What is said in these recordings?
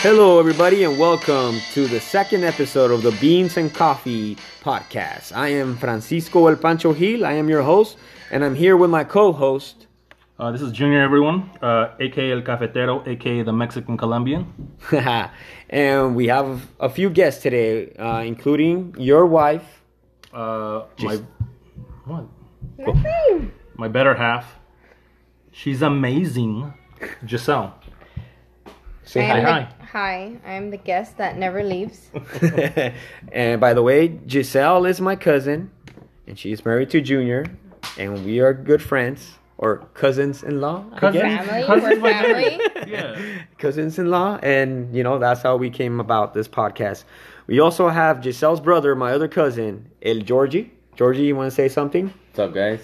Hello, everybody, and welcome to the second episode of the Beans and Coffee podcast. I am Francisco El Pancho Gil. I am your host, and I'm here with my co host. Uh, this is Junior, everyone, uh, aka El Cafetero, aka the Mexican Colombian. and we have a few guests today, uh, including your wife. Uh, my what? my better half. She's amazing, Giselle. Say I am hi. the- hi, I'm the guest that never leaves. and by the way, Giselle is my cousin, and she's married to Junior, and we are good friends or cousins in law. Family, Cousins we're by marriage. family. Yeah. cousins in law, and you know that's how we came about this podcast. We also have Giselle's brother, my other cousin, El Georgie. Georgie, you want to say something? What's up, guys?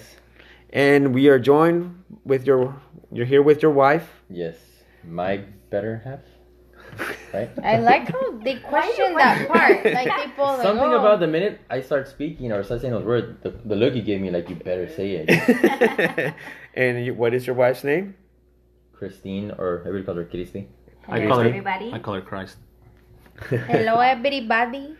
And we are joined with your, you're here with your wife. Yes, my better half, right? I like how they question that part. Like people like Something oh, about the minute I start speaking or start saying those words, the, the look you gave me, like you better say it, and you, what is your wife's name? Christine, or everybody calls her Christy. I call her. everybody. I call her Christ. hello everybody.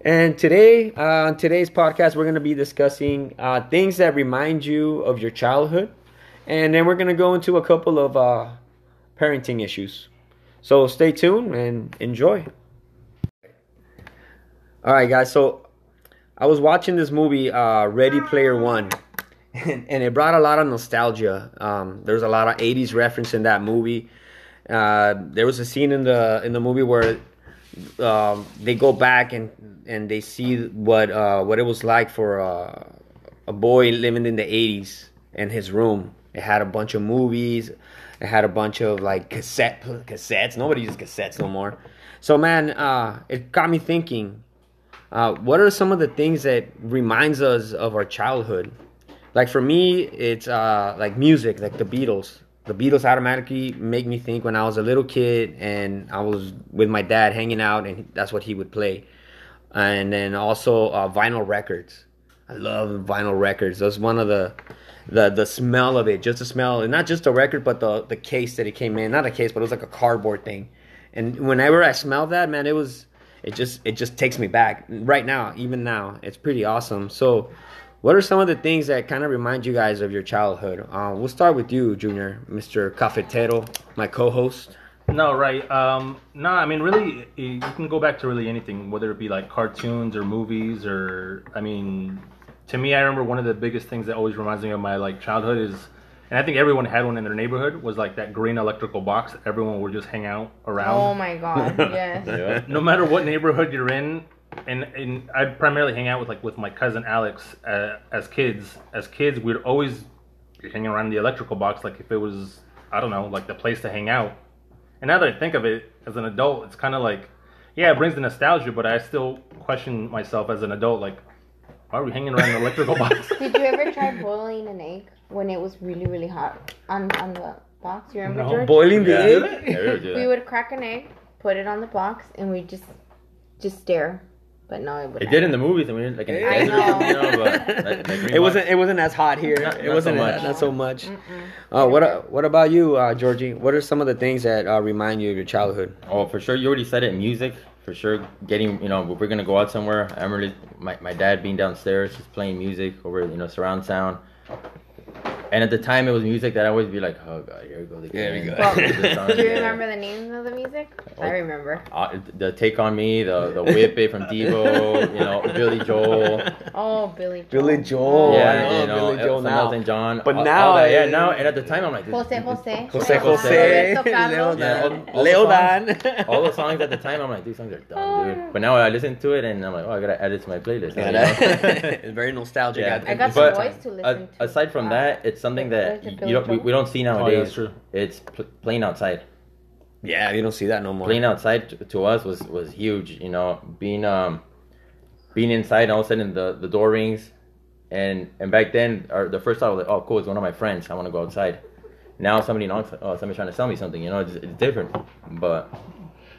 And today, uh, on today's podcast, we're going to be discussing uh, things that remind you of your childhood. And then we're going to go into a couple of uh, parenting issues. So stay tuned and enjoy. All right, guys. So I was watching this movie, uh, Ready Player One, and, and it brought a lot of nostalgia. Um, there's a lot of 80s reference in that movie. Uh, there was a scene in the in the movie where um, they go back and and they see what uh, what it was like for uh, a boy living in the '80s in his room. It had a bunch of movies. It had a bunch of like cassette cassettes. Nobody uses cassettes no more. So man, uh, it got me thinking. Uh, what are some of the things that reminds us of our childhood? Like for me, it's uh, like music, like the Beatles. The Beatles automatically make me think when I was a little kid and I was with my dad hanging out, and that's what he would play. And then also uh, vinyl records. I love vinyl records. That's one of the the the smell of it, just the smell, and not just the record, but the the case that it came in. Not a case, but it was like a cardboard thing. And whenever I smell that, man, it was it just it just takes me back. Right now, even now, it's pretty awesome. So, what are some of the things that kind of remind you guys of your childhood? Uh, we'll start with you, Junior, Mr. Cafetero, my co-host. No, right. Um, no, I mean, really, i- you can go back to really anything, whether it be like cartoons or movies or, I mean, to me, I remember one of the biggest things that always reminds me of my like childhood is, and I think everyone had one in their neighborhood, was like that green electrical box. that Everyone would just hang out around. Oh my god, yes. Yeah. no matter what neighborhood you're in and and i primarily hang out with like with my cousin alex uh, as kids as kids we'd always be hanging around the electrical box like if it was i don't know like the place to hang out and now that i think of it as an adult it's kind of like yeah it brings the nostalgia but i still question myself as an adult like why are we hanging around the electrical box Did you ever try boiling an egg when it was really really hot on on the box? You remember No, George? Boiling the egg. Yeah, we would do we that. would crack an egg, put it on the box, and we just just stare. But no, it would. They did in the movies, and we were like in the I desert, know. you know, but like, like green It wasn't box. it wasn't as hot here. Not- it not wasn't so not much. not so much. Uh, what a- what about you, uh, Georgie? What are some of the things that uh, remind you of your childhood? Oh, for sure. You already said it. Music, for sure. Getting, you know, we're gonna go out somewhere. I'm really my, my dad being downstairs, just playing music over, you know, surround sound. And at the time, it was music that I always be like, oh god, here we go. Here we go. Well, This song, do you yeah. remember the names of the music? I Oh. remember. Uh, the take on me, the the whip it from Devo, you know, Billy Joel. Oh, Billy. Joel. Billy Joel. Oh, I yeah, love you know, Billy Joel some now. Elton John. But all- now all that, I- yeah, now and at the time, I'm like, this- Jose this- Jose. Jose Jose, Jose, Roberto Carlos. Yeah, all- Leodan, all the Leodan. All those songs at the time, I'm like, these songs are dumb, dude. But now I listen to it and I'm like, oh, I gotta add it to my playlist. now, Yeah, you know? that- it's very nostalgic. Yeah. I got But- some boys to A- listen to. Uh, aside from that, it's something that Where's the you, Billy you don't, we, Joel? we don't see oh nowadays. yeah that's true It's pl- playing outside. yeah, you don't see that no more. Playing outside to, to us was was huge. You know, being um, being inside and all of a sudden the, the door rings, and and back then our, the first thought was like, oh cool, it's one of my friends. I want to go outside. Now somebody knocks. Oh, somebody's trying to sell me something. You know, it's, it's different. But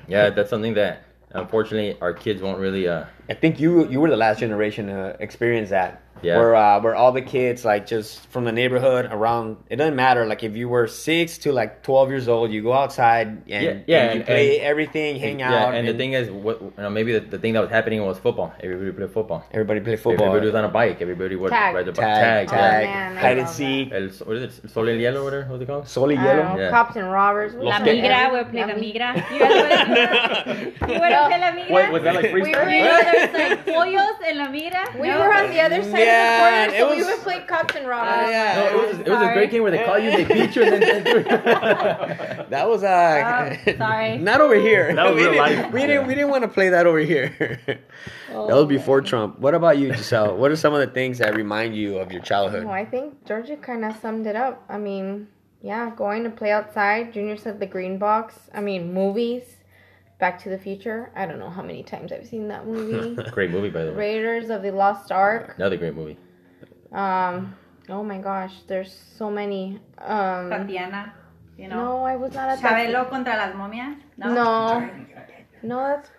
yeah, that's something that unfortunately, our kids won't really. Uh, I think you you were the last generation to experience that. Yeah. Where uh, where all the kids like just from the neighborhood around. It doesn't matter. Like if you were six to like twelve years old, you go outside and Yeah, yeah, and you and- play and- everything, hang yeah, out. and, the thing is, what you know, maybe the, the thing that was happening was football. Everybody played football. everybody play football. Everybody was on a bike. Everybody would Tag. ride the bike. tag, Tag. Oh, tag, man, I hide and love seek, El, what is it? Sol y hielo, whatever. What's it called? sol y I don't know, hielo. Yeah. Cops and robbers. We La played migra, every- we played La la mi- migra. Oh. You guys wanna- you wanna play la migra? Wait, was that like We, were- freestyle? You know, there's like pollos en la migra. we No? were on the other side Yeah, of the corner, so it was- we would play cops and robbers. Oh, yeah. No, it was, it was a Sorry. great game where they call you, they beat you, and then. That was uh, Oh, sorry. not over here. That was we real didn't, life. We didn't we didn't want to play that over here. that was before Trump. What about you, Giselle? what are some of the things that remind you of your childhood? Well, I think Georgia kind of summed it up. I mean, yeah, going to play outside. Junior said the green box. I mean, movies. Back to the Future. I don't know how many times I've seen that movie. great movie, by the way. Raiders of the Lost Ark. Another great movie. Um, oh my gosh, there's so many. Um, Tatiana, you know. no, I was not at that. Chabelo contra las momias. No. No. No, that's.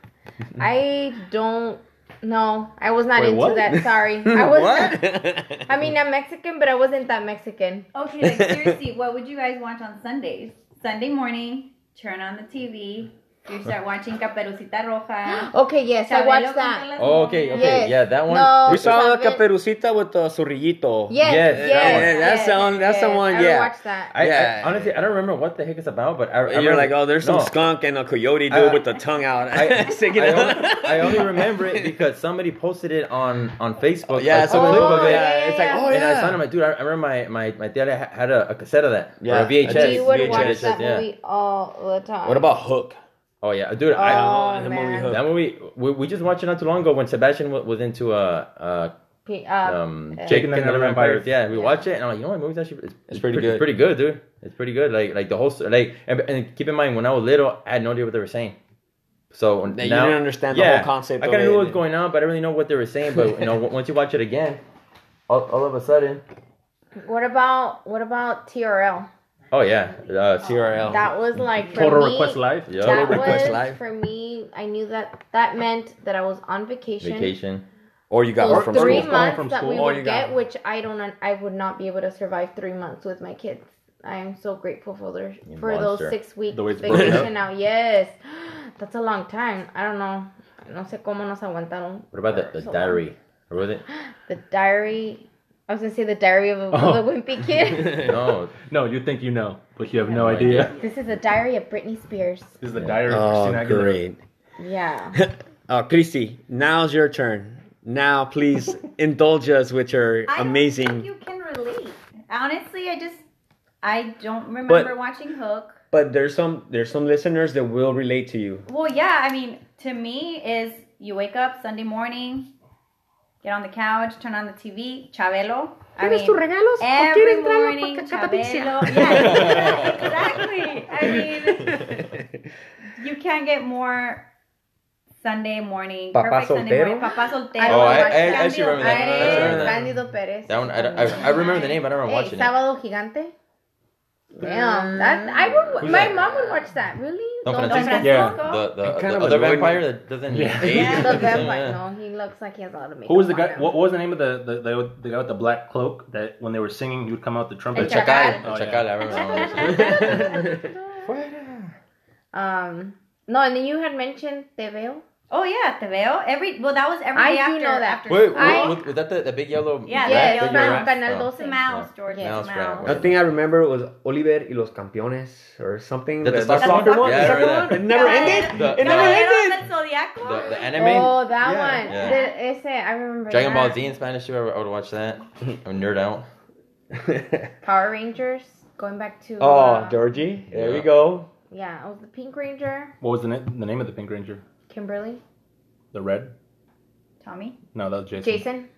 I don't. No, I was not Wait, into what? that. Sorry, I was. what? I mean, I'm Mexican, but I wasn't that Mexican. Okay, like seriously, what would you guys watch on Sundays? Sunday morning, turn on the TV. You start watching Caperucita Roja. Okay, yes, I Chabelo watched contra that. las Oh, okay, momias. okay, Yes. yeah, that one. No, we saw Isabel. Caperucita with the surrillito. Yes, Yes, yes, that one. Yeah, that's the one- that's the one, I yeah. watched that. I, Yeah. I honestly, I don't remember what the heck it's about, but I, I And you're remember- like, oh, there's some No. skunk and a coyote dude I- with the tongue out. I, Sticking I, "Oh, out. only, I only remember it because somebody posted it on on Facebook. yeah, like, it's a a clip clip Oh, of it. yeah, It's like, yeah, oh and I yeah. signed him. Like, dude, I I remember my my my dad ha- had a, a cassette of that. Yeah, or a VHS. I did. you would VHS, watch that yeah. movie all the time. what about Hook? Oh yeah, dude. Oh, I, the movie man. Hook. that movie we, we just watched it not too long ago when Sebastian was, was into uh P- uh, uh um uh, Jake and the Other Vampires. Vampires. Yeah, we Yeah. watched it and I'm like, you know what, movie's actually it's, pretty good. Pretty good, dude. It's pretty good. Like like the whole s- like and, and keep in mind when I was little, I had no idea what they were saying. So That you now, didn't understand the whole concept. I of kind of it. knew what was going on, but I didn't really know what they were saying. But you know, w- once you watch it again, all, all of a sudden, what about what about TRL? oh yeah, uh, Sierra. TRL. That was like for Total me, Request Live. Yeah. That Total Request was Live. for me. I knew that that meant that I was on vacation. Vacation. or you got Those Hook from three school. school. months From that we school. Oh, you would got- get, which I don't, I would not be able to survive three months with my kids. I am so grateful for their, You for those monster. six weeks The way it's broken vacation now. Yes, that's a long time. I don't know. No sé cómo nos aguantaron. What about the, So the long. diary? Or was it? The diary. I was gonna say the diary of a, Oh. of a wimpy kid. No, No, you think you know, but you have no No idea. idea. this is the diary of Britney Spears. This is the Yeah. diary of Oh, Christina Aguilera. great. Yeah. Oh, Christy, now's your turn. Now, please indulge us with your I don't think amazing. you can relate. Honestly, I just I don't remember watching Hook. But there's some there's some listeners that will relate to you. Well, yeah, I mean, to me is you wake up Sunday morning, get on the couch, turn on the TV, Chabelo. I mean, every morning, Chabelo. Yeah, exactly. I mean, you can't get more Sunday morning, Papá perfect Sunday soltero? morning, Papa Soltero. Oh, I- I- I actually eh, remember that. I That's remember Ares, that. eh, Cándido Pérez. that one I, don't- I, I remember the name, but I remember Hey, watching it. Sábado Gigante. Mm. Damn, that I would. Who's my that? mom would watch that. Really? Don Don Francisco. Yeah. The the, kind the of other annoyed me. vampire that doesn't Yeah. age. Yeah, The Yeah. vampire. No, he looks like he has a lot of makeup. Who was the on guy? him. What was the name of the, the, the, the guy with the black cloak that when they were singing, he would come out the The trumpet? Chacal. chacal. Oh, The yeah. chacal. I remember. that one. Um. No, and then you had mentioned Te veo. Oh yeah, Te veo. Every well, that was every I day do after. know that. After Wait, I- was, was that the, the big yellow? Yeah, rat yeah, Yes, that Right, you were from yeah. at? Canal Oh. It's a 12. mouse, Yeah. George. Mouse Mouse, rat, mouse. The thing I remember was Oliver y los Campeones or something. That the the, soccer soccer one? one. Yeah, I the soccer remember one. that. It never Yeah. ended. The- it the- never Caballero ended. del Zodiaco. The, the anime. Oh, that Yeah. one. Yeah. The, ese, I remember. Dragon that. Ball Z in Spanish too. I would- I would watch that. I'm nerd out. Power Rangers. Going back to. oh, uh, Georgie, there we Yeah. go. yeah, I was the Pink Ranger. What was the, na- the name of the Pink Ranger? Kimberly. The red? Tommy. No, that was Jason. Jason.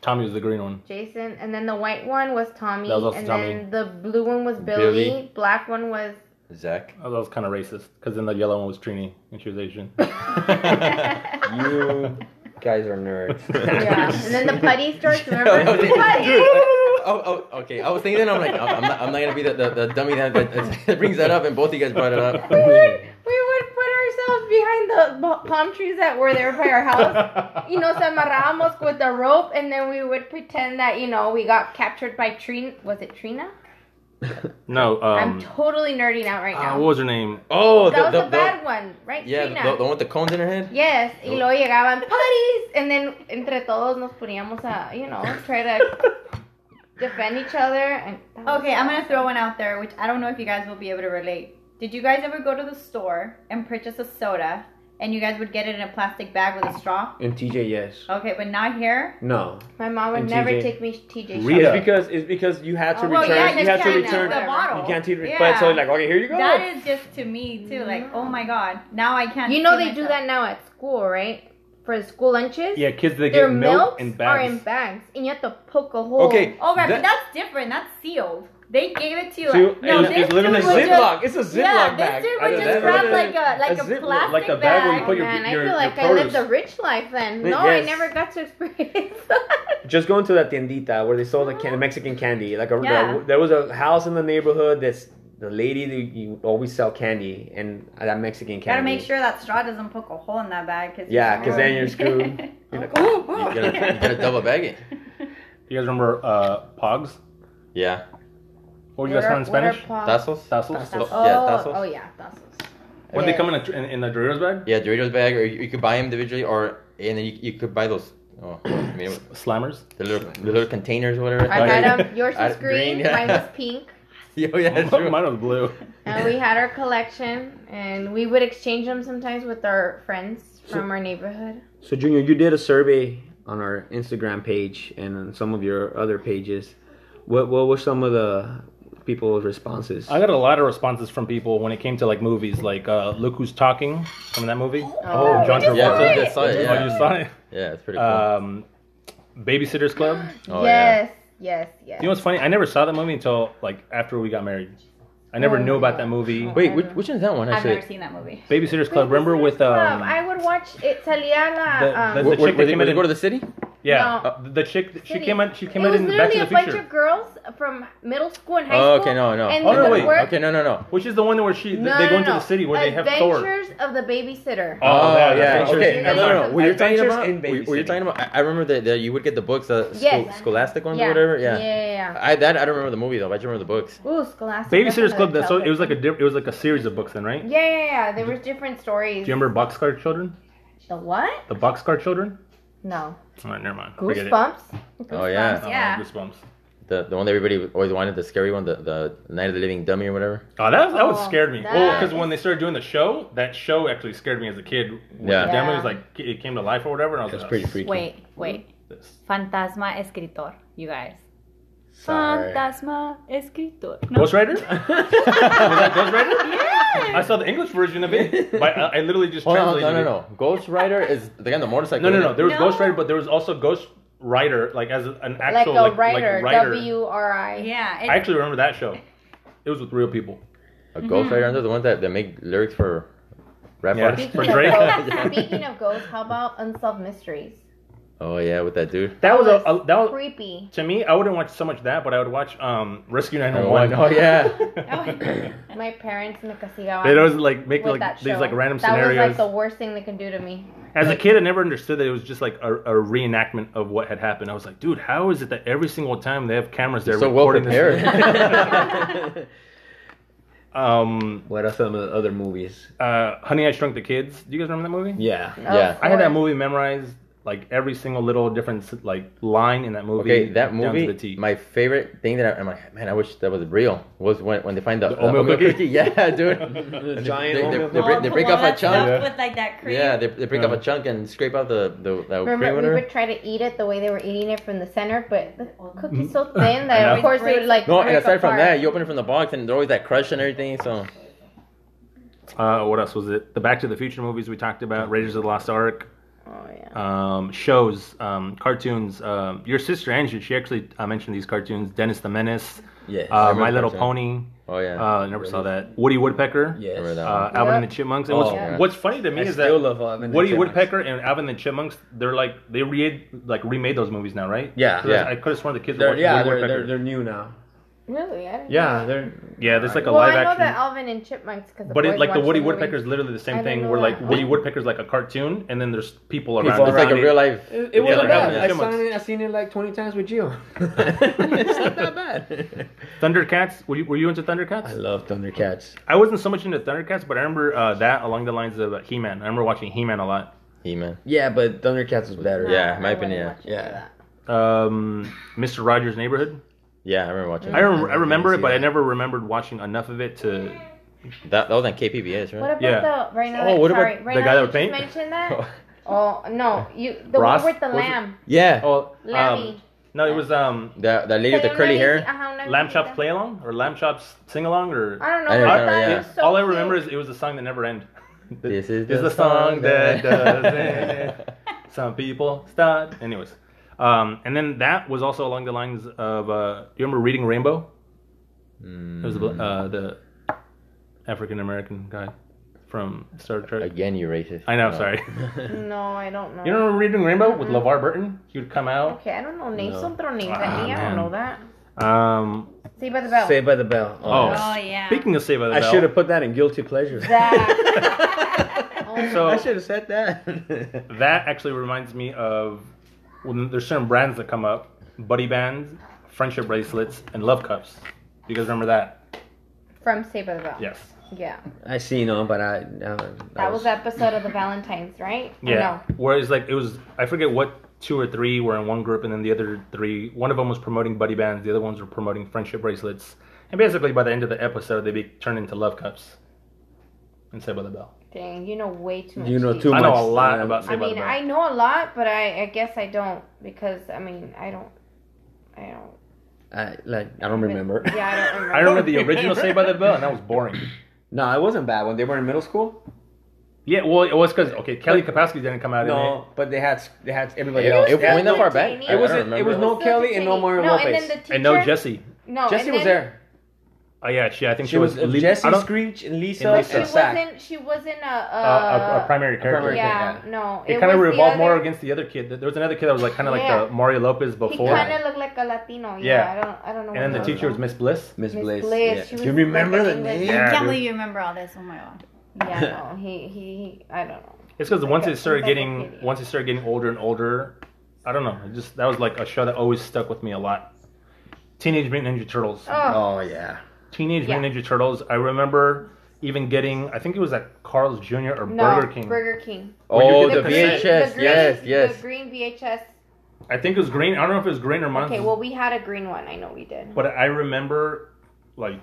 Tommy was the green one. Jason, and then the white one was Tommy, That was also and Tommy. then the blue one was Billy, Billy. black one was Zach. Oh, that was kind of racist because then the yellow one was Trini and she was Asian. You guys are nerds. yeah, and then the putty stores. I Remember was the like, putty? dude, oh, oh, okay. I was thinking, I'm like, I'm not, I'm not gonna be the, the, the dummy that, that, that brings that up, and both you guys brought it We up. would we would put ourselves behind the bu- palm trees that were there by our house. You know, se amarrábamos with a rope, and then we would pretend that you know we got captured by Trina. Was it Trina? no, I'm um, totally nerding out right ah, now. what was her name? Oh, that was the, the, the, bad one, right? the, yeah, Trina. the, the one with the cones in her head. Yes, y luego llegaban parties, and then entre todos nos poníamos a, you know, try to defend each other. And Okay, I'm gonna throw one out there, which I don't know if you guys will be able to relate. Did you guys ever go to the store and purchase a soda, and you guys would get it in a plastic bag with a straw? And TJ, yes. Okay, but not here. No. My mom would And never TJ. take me TJ Really? shopping. Yeah. It's because it's because you had to Oh, return. well, yeah, you you had to can, uh, return. the bottle. You can't take Yeah. but so like okay, here you go. That is just to me too. Like, oh my god, now I can't. You know see they do myself. that now at school, right? For the school lunches. Yeah, kids that Their get milk milks in are bags. in bags, and you have to poke a hole. Okay. Oh, right, That- but that's different. That's sealed. They gave it to you. To- Like, no, it's- this it's literally dude would Ziploc. just- It's a Ziploc yeah, bag. this I dude would know, just that's grab what like it a like a a, Ziploc, plastic like the bag bag. where you put your- Man, I your- feel your like I lived a produce. rich life then. Y- No, I yes. never got to experience. Just going to la tiendita where they sold the can- Mexican candy. Like a, Yeah. there was a house in the neighborhood that's the lady that you always sell candy and that Mexican candy. Gotta make sure that straw doesn't poke a hole in that bag. Cause Yeah, you're 'cause then you're screwed. screwed. You're like, Ooh, ooh. You gotta, you gotta double bag it. You guys remember uh, Pogs? Yeah, What were you guys calling in Spanish? Tassels. tassels. Tassels. Oh, Oh, yeah, tassels. oh yeah, tassels. When they Yeah. come in a, tr- in, in a Doritos bag? Yeah, Doritos bag, or you, you could buy them individually, or and then you, you could buy those. Oh, I mean, Slammers? the little the little containers, or whatever. I Okay. had them. Yours I- was green, green, yeah. mine was pink, Yeah, oh, yeah, that's true. Mine was blue. and we had our collection, and we would exchange them sometimes with our friends from our neighborhood. So, Junior, you did a survey on our Instagram page and on some of your other pages. What what were some of the people's responses? I got a lot of responses from people when it came to like movies, like uh, Look Who's Talking from that movie. Oh, John we just Yeah, Travolta. saw I it. just saw it. Oh, you Yeah, saw it? yeah, it's pretty cool. Um, Babysitter's Club. oh yeah. yes, yes, yes. You know what's funny? I never saw that movie until like after we got married. I never Oh, knew about yeah. that movie. Wait, which, which one's that one I've actually? never seen that movie. Babysitter's Club. Remember with Club. um, I would watch it. Salía la. the- um, the- Where, chick where, that where they, came where in they go to and- the city? yeah, No. uh, the chick. that- She City. came in. She came it in was in Back literally to a the bunch Future, of girls from middle school and high Oh, school. okay, no, no. And Oh, the no, wait. work- Okay, no, no, no. which is the one where she No, they go no, into no. the city where they have Thor. Adventures of the Babysitter. Oh, that- that's what Okay, she no, said. no, no. Were you talking Adventures about? in Were, were you babysitting. talking about? I, I remember that, that you would get the books, uh, school, Yes. scholastic ones or whatever. Yeah. Yeah, yeah, I that I don't remember the movie though. but I just remember the books. yeah. Ooh, Scholastic. that's Babysitter's Club. another That so it was like childhood a diff- it was like a series of books then, right? thing. Yeah, yeah, yeah. There was different stories. Do you remember Boxcar Children? The what? The Boxcar Children? No. All right, never mind. Forget it. Goosebumps. Oh yeah, Oh, Yeah. Goosebumps. the the one that everybody always wanted, the scary one, the the Night of the Living Dummy or whatever. Oh, that that Oh, one scared me. that Well, because is- when they started doing the show, that show actually scared me as a kid. When Yeah. The demo Yeah. was like it came to life or whatever, and I was It was like, pretty "Oh, freaky. Wait, wait. this." Fantasma escritor, you guys. Sorry. Fantasma escritor. Ghost Rider? was that Ghost Rider? I saw the English version of it, but I, I literally just Hold on, translated Oh, no, no, it. no. Ghost Rider is the guy on the motorcycle. No, no, no. There was No. Ghost Rider, but there was also Ghost Rider, like as an Like actual a writer. writer. W R I. Yeah, I it's, actually remember that show. It was with real people. a Ghost Mm-hmm. Rider. Under the ones that, that make lyrics for rap Yeah. artists. Speaking of, For Drake? ghosts, speaking of ghosts, how about Unsolved Mysteries? Oh yeah, with that dude. That was a, was a that was Creepy. to me. I wouldn't watch so much that, but I would watch um Rescue Nine One Oh, One. oh yeah. My parents me casigaban. They'd always like make with like that these show. like random that scenarios. was like the worst thing they can do to me. As a kid, I never understood that it was just like a, a reenactment of what had happened. I was like, dude, how is it that every single time they have cameras there so well recording prepared. this? Um, What are some of the other movies? uh, Honey, I Shrunk the Kids. Do you guys remember that movie? Yeah. Oh. Yeah. I had that movie memorized, like every single little different like line in that movie. Okay, that down to movie. the T. My favorite thing that I, I'm like, man, I wish that was real. Was when, when they find the, The oatmeal cookie? Yeah, dude. The they- giant. they- oatmeal- break- they break off a chunk. Yeah. With like that cream. Yeah, they, they break up Yeah. a chunk and scrape out the the that cream Remember, we whatever. would try to eat it the way they were eating it from the center, but the cookie's so thin Mm-hmm. that I of know. course it would like. No, break and aside from apart. that, you open it from the box and they're always that crush and everything. So Uh, what else was it? The Back to the Future movies we talked about, Raiders of the Lost Ark, Oh yeah. um, shows, um, cartoons. Um, your sister Angie, she actually uh, mentioned these cartoons: Dennis the Menace, yeah, uh, My Little Pony. Oh yeah, Uh, I never saw that. Woody Woodpecker. I remember Yes. that Uh, one. Alvin and Yep. the Chipmunks. Oh, And what's, yeah. what's funny to me I is still that love Alvin and Woody Chipmunks. Woodpecker and Alvin and the Chipmunks, they're like they re like remade those movies now, right? Yeah. 'Cause I- Yeah. I could have sworn the kids They're, were watching yeah, Woody they're, Woodpecker. they're, they're new now. Really? I don't Yeah, they're Yeah, there's like a Know. Well, live I know action. that um, Alvin and Chipmunks because But it, like the Woody Woodpecker Woodpeckers. is literally the I same don't thing. know Where like that. Woody Woodpecker is like a cartoon, and then there's people around. People it. It's like a real life. It, Yeah, wasn't like bad. Alvin and I saw Chipmunks. it, I've seen it like 20 times with you. it's not that bad. Thundercats. Were you, were you into I Thundercats? love Thundercats. I wasn't so much into Thundercats, but I remember uh, that along the lines of uh, He-Man. I remember watching He-Man a lot. He man. Yeah, but Thundercats was better. Yeah. my opinion, yeah. Yeah. Um, Mr. Rogers' Neighborhood. Yeah, I remember watching. I, that. rem- I remember it, see but I that. never remembered watching enough of it to. That, that was on What KPBS, right? about Yeah. the right now? Oh, that- what about sorry, right the now guy that you would paint? just mentioned that. oh no, you the Ross? one with the What was it? lamb, Yeah. Oh, Lammy. no, it was um, That that lady with the curly hair. Lamb Chops play along or Lamb Chops sing along or. I don't know. I but don't I know, thought it yeah. was so All I cute. remember is it was a song that never ended. This is This the is the song song that that- does it. Some people start. Anyways, um, and then that was also along the lines of. Uh, do you remember reading Rainbow? Mm. It was the, uh, the African American guy from Star Trek. Again, you racist. I know. No. Sorry. No, I don't know. you remember reading Rainbow with LeVar Burton? He would come out. Okay, I don't know names. No. Don't throw names Ah, at me. I man. don't know that. Um, See by the bell. Saved by the Bell. oh, Oh, yeah. Speaking of Save by the I Bell, should have put that in guilty pleasure. That- Oh, So- I should have said that. That actually reminds me of when there's certain brands that come up: buddy bands, friendship bracelets, and love cups. You guys remember that? from Saved by the Bell. Yes. Yeah. I seen them, but I. No, That was the episode of the Valentines, right? Or Yeah. No. Where it's like it was I forget what two or three were in one group and then the other three one of them was promoting buddy bands, the other ones were promoting friendship bracelets. And basically by the end of the episode they be turned into love cups. And Saved by the Bell. Dang, you know way too much. You know detail. too I know much, a lot yeah. about I Saved by the mean, Bell. I know a lot, but I, I guess I don't because I mean, I don't, I don't. I, like, I don't remember. Yeah, I don't remember. I remember the original Saved by the Bell and that was boring. No, it wasn't bad when they were in middle school. Yeah, well it was because okay, Kelly Kapowski didn't come out in it. No, but they had they had everybody It else. was They had- went that far back? It I don't was- it remember. was no- Still Kelly and no Titanic. Mario no, and Lopez. then the teacher. And no Jesse. No, Jesse and was then there. Oh yeah, she I think She was, lead- I Jesse don't- Screech and Lisa, But and But Lisa. she Yeah. Zach. wasn't. She wasn't a. uh, a, a, a primary character. primary- Yeah, yeah. no. It kind of was the revolved more other- against the other kid. There was another kid that was like kind of like Yeah. the Mario Lopez He before, kind of looked like a Latino. Yeah. Yeah. I don't. I don't know. and then the what teacher was Miss Bliss. Miss Miss Bliss. Bliss, yeah. she Do was you remember like the an name? English- I Yeah, can't dude. believe you remember all this. Oh my god. Yeah, no. He, he. I don't know. It's because once it started getting encyclopedia. once it started getting older and older, I don't know. It just that was like a show that always stuck with me a lot. Teenage Mutant Ninja Turtles. Oh, Oh yeah. Teenage yeah. Mutant Ninja Turtles. I remember even getting. I think it was at Carl's Jr. or no. Burger King. Burger King. oh, The the green- VHS. green, yes, yes. The green VHS. I think it was green. I don't know if it was green or mine. Okay, well, we had a green one. I know we did. But I remember, like,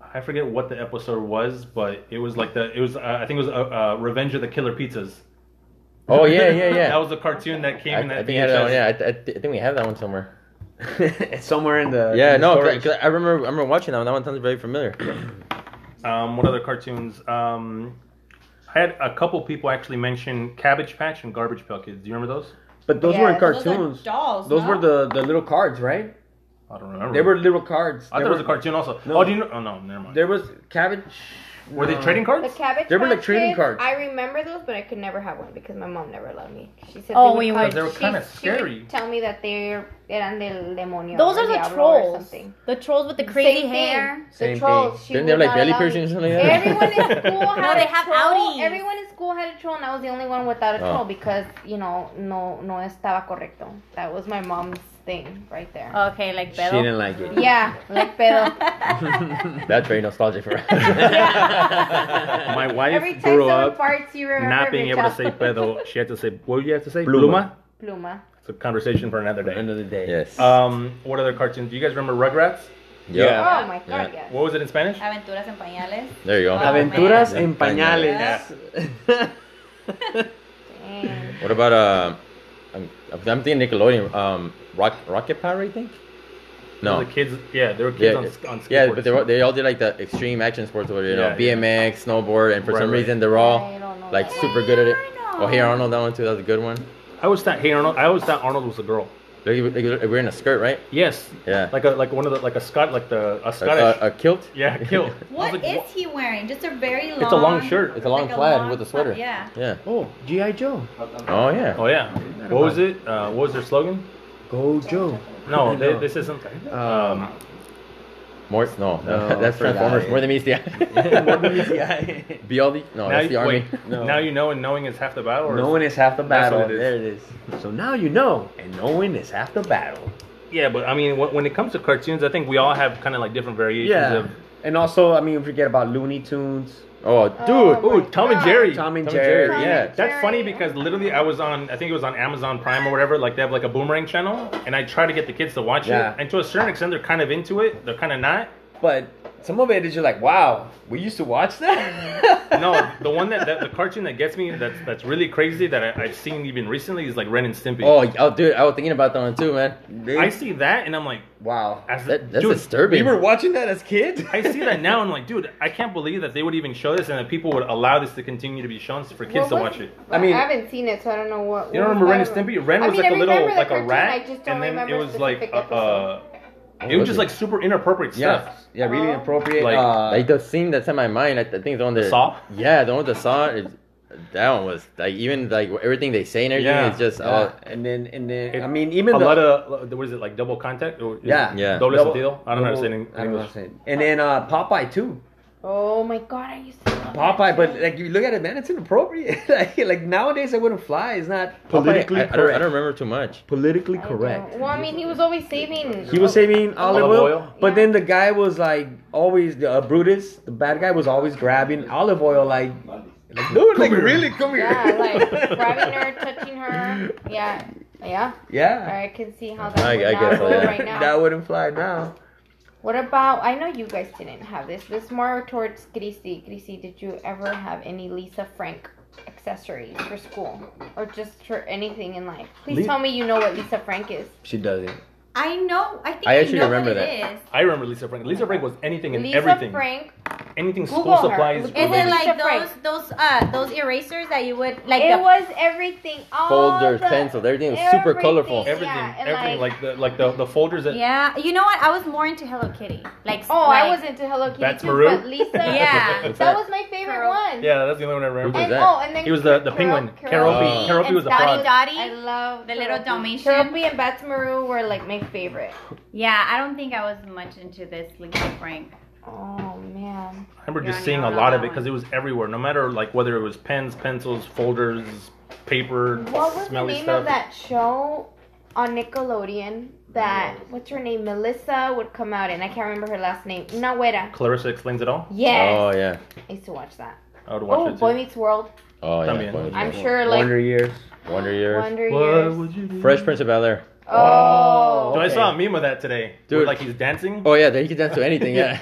I forget what the episode was, but it was like the it was uh, I think it was uh, uh, Revenge of the Killer Pizzas. Oh yeah, yeah, that yeah. was the cartoon that came I, in that I think I had that one. VHS. Yeah, I, th- I, th- I think we have that one somewhere. it's somewhere in Uh, the Yeah, in the no, storage. 'cause I remember. I remember watching that one. That one sounds very familiar. Um, what other cartoons? Um, I had a couple people actually mention Cabbage Patch and Garbage Pail Kids. Do you remember those? but those Yeah, weren't Those are cartoons. Those, dolls. no? were the, the little cards, right? I don't remember. They were little cards. I thought There it was were- a cartoon also. No. Oh, do you know? Oh no, never mind. There was cabbage. were they no. trading The cards? cabbage. They were like Patch trading Kids, cards. I remember those, but I could never have one because my mom never allowed me. She said. Oh, they we would would- cause- They were she- kinda she would scary. Tell me that they're eran del demonio. Those or are the Diablo or trolls. something. The trolls with the crazy Same thing. hair. Same the trolls. thing. She Didn't they have would like not belly allow me- piercing or something? Like that? Everyone in school had No, they a have troll. outies. Everyone in school had a troll, and I was the only one without a Oh. troll because you know no no estaba correcto. That was my mom's thing right there. Okay, like She Beto. didn't like it. yeah, like pedo. That's very nostalgic for us. My wife Every time grew someone up farts, you remember not being your able to say childhood. pedo. She had to say what did you have to say? Pluma. pluma. It's a conversation for another day. Another day. yes. Um, what other cartoons? Do you guys remember Rugrats? yeah. Oh my god, yes. What was it in Spanish? Aventuras en pañales. There you go. Uh, Aventuras man. en pañales. Dang. What about uh? I'm, I'm thinking Nickelodeon. Um, Rock, Rocket Power, I think. No. The kids. Yeah, there were kids Yeah, on, sk- on skateboards. yeah, but they, were, they all did like the extreme action sports over you know, Yeah, yeah. BMX, snowboard, and for Right, some right. reason they're I all don't know like that. super good at it. Hey, Arnold. Oh, hey Arnold, that one too. That was a good one. I always thought. Hey Arnold. I always thought Arnold was a girl. Like, like, like, we're in a skirt, right? Yes. Yeah. Like a like one of the like a Scot like the a A, Scottish. a, a kilt. yeah, kill. What is he wearing? Just a very long. It's a long shirt. It's a long like a plaid long with a pla- sweater. yeah. Yeah. Oh, G.I. Joe. Oh yeah. Oh yeah. What was it? Uh, what was their slogan? Go Joe. No, they, this isn't. Um, More no, No, that's for that, Transformers. yeah. More than meets the eye. More than meets the eye. Beyond the no, now, Oh, that's the you, army. wait, No. now you know, and knowing is half the battle. Or Knowing is half the That's battle. what it is. There it is. So now you know, and knowing is half the battle. yeah, but I mean, when, when it comes to cartoons, I think we all have kind of like different variations Yeah. of. And also, I mean, forget about Looney Tunes, Oh, dude. Oh, Ooh, my Tom and God. Jerry. Tom and Tom and Jerry. Jerry. Yeah, Yeah. that's funny Jerry. because literally I was on, I think it was on Amazon Prime or whatever. Like they have like a boomerang channel, and I try to get the kids to watch Yeah. it. And to a certain extent, they're kind of into it. They're kind of not. But some of it is just like, wow, we used to watch that. No, the one that, that the cartoon that gets me that's that's really crazy that I, I've seen even recently is like Ren and Stimpy. Oh, oh, dude, I was thinking about that one too, man. They- I see that and I'm like, wow. as That, that's dude, disturbing. We were watching that as kids. I see that now. and I'm like, dude, I can't believe that they would even show this and that people would allow this to continue to be shown for kids What to was- watch it. I mean- I haven't seen it, so I don't know what. You what don't was remember Ren and that about. Stimpy? Ren I was mean, like I a little remember the like a cartoon, rat, I just don't and then it remember was like specific a, uh, it was just like super inappropriate Yeah. stuff. Yeah, really Oh. inappropriate. Like- uh, like the scene that's in my mind. I, I think the one that Saw? Yeah, the one with the saw. Is, that one was like even like everything they say and everything Yeah. is just yeah, oh uh, and then and then It- I mean even a the, lot of uh, what is it like double contact? Or, Yeah. Yeah. Doble Double- sentido? I don't know how to say it in I don't know how to English. say it. And then uh, Popeye too. Oh my god, I used to. Love Popeye, that but show. like you look at it, man, it's inappropriate. like, like nowadays, I wouldn't fly. It's not Politically I, I, don't, I correct. don't remember too much. politically I don't- Well, I mean, he was always saving. He was saving olive, Olive oil, oil? but Yeah. then the guy was like always the uh, Brutus, the bad guy was always grabbing olive oil, like, like dude, like really, come here. Yeah, like grabbing her, touching her. Yeah, yeah. yeah, I can see how that I- would I not guess so, go yeah. right now. that wouldn't fly now. What about? I know you guys didn't have this. This is more towards Chrissy. Chrissy, did you ever have any Lisa Frank accessories for school or just for anything in life? Please Li- tell me you know what Lisa Frank is. She doesn't. I know. I think I I actually know remember what it that. is. I remember Lisa Frank. Lisa Frank was anything and Lisa everything. Frank. Anything school Google her. supplies. Is it Is related. it like Lisa those Frank. those uh those erasers that you would like? it the, was everything. All Folders, the- pencils, everything was super colorful. everything, everything, yeah, and everything like, the like the, the folders that yeah. You know what? I was more into Hello Kitty. Like Oh, I like- was into Hello Kitty Bats too, Maru? but Lisa. Yeah. that was my favorite Carol. one. Yeah, that's the only one I remember. Who's And, that? oh, and then He was the- the Carol- penguin. Carol- Carol- Keropi, Oh. Keropi And was a Dotty fraud. Dotty. I love The little Keropi. Dalmatian. Keropi and Bats Maru were like my favorite. Yeah, I don't think I was much into this Lisa Frank. Oh man. I remember You're just on seeing your a own lot on of it that because it was everywhere. No matter like whether it was pens, pencils, folders, paper, What was smelly the name stuff. of that show on Nickelodeon that Mm. what's her name Melissa would come out and I can't remember her last name. Nawera. Clarissa explains it all. Yes. Oh yeah. I used to watch that. I would watch Oh, it. Boy Too. Meets World. Oh yeah. También. Wonder, I'm sure like Wonder Years. Wonder Years. Wonder What Years. would you do? Fresh Prince of Bel Air. Oh. Dude, I Okay. saw a meme of that today. Dude, Dude. like he's dancing. Oh yeah, they can dance to anything. Yeah.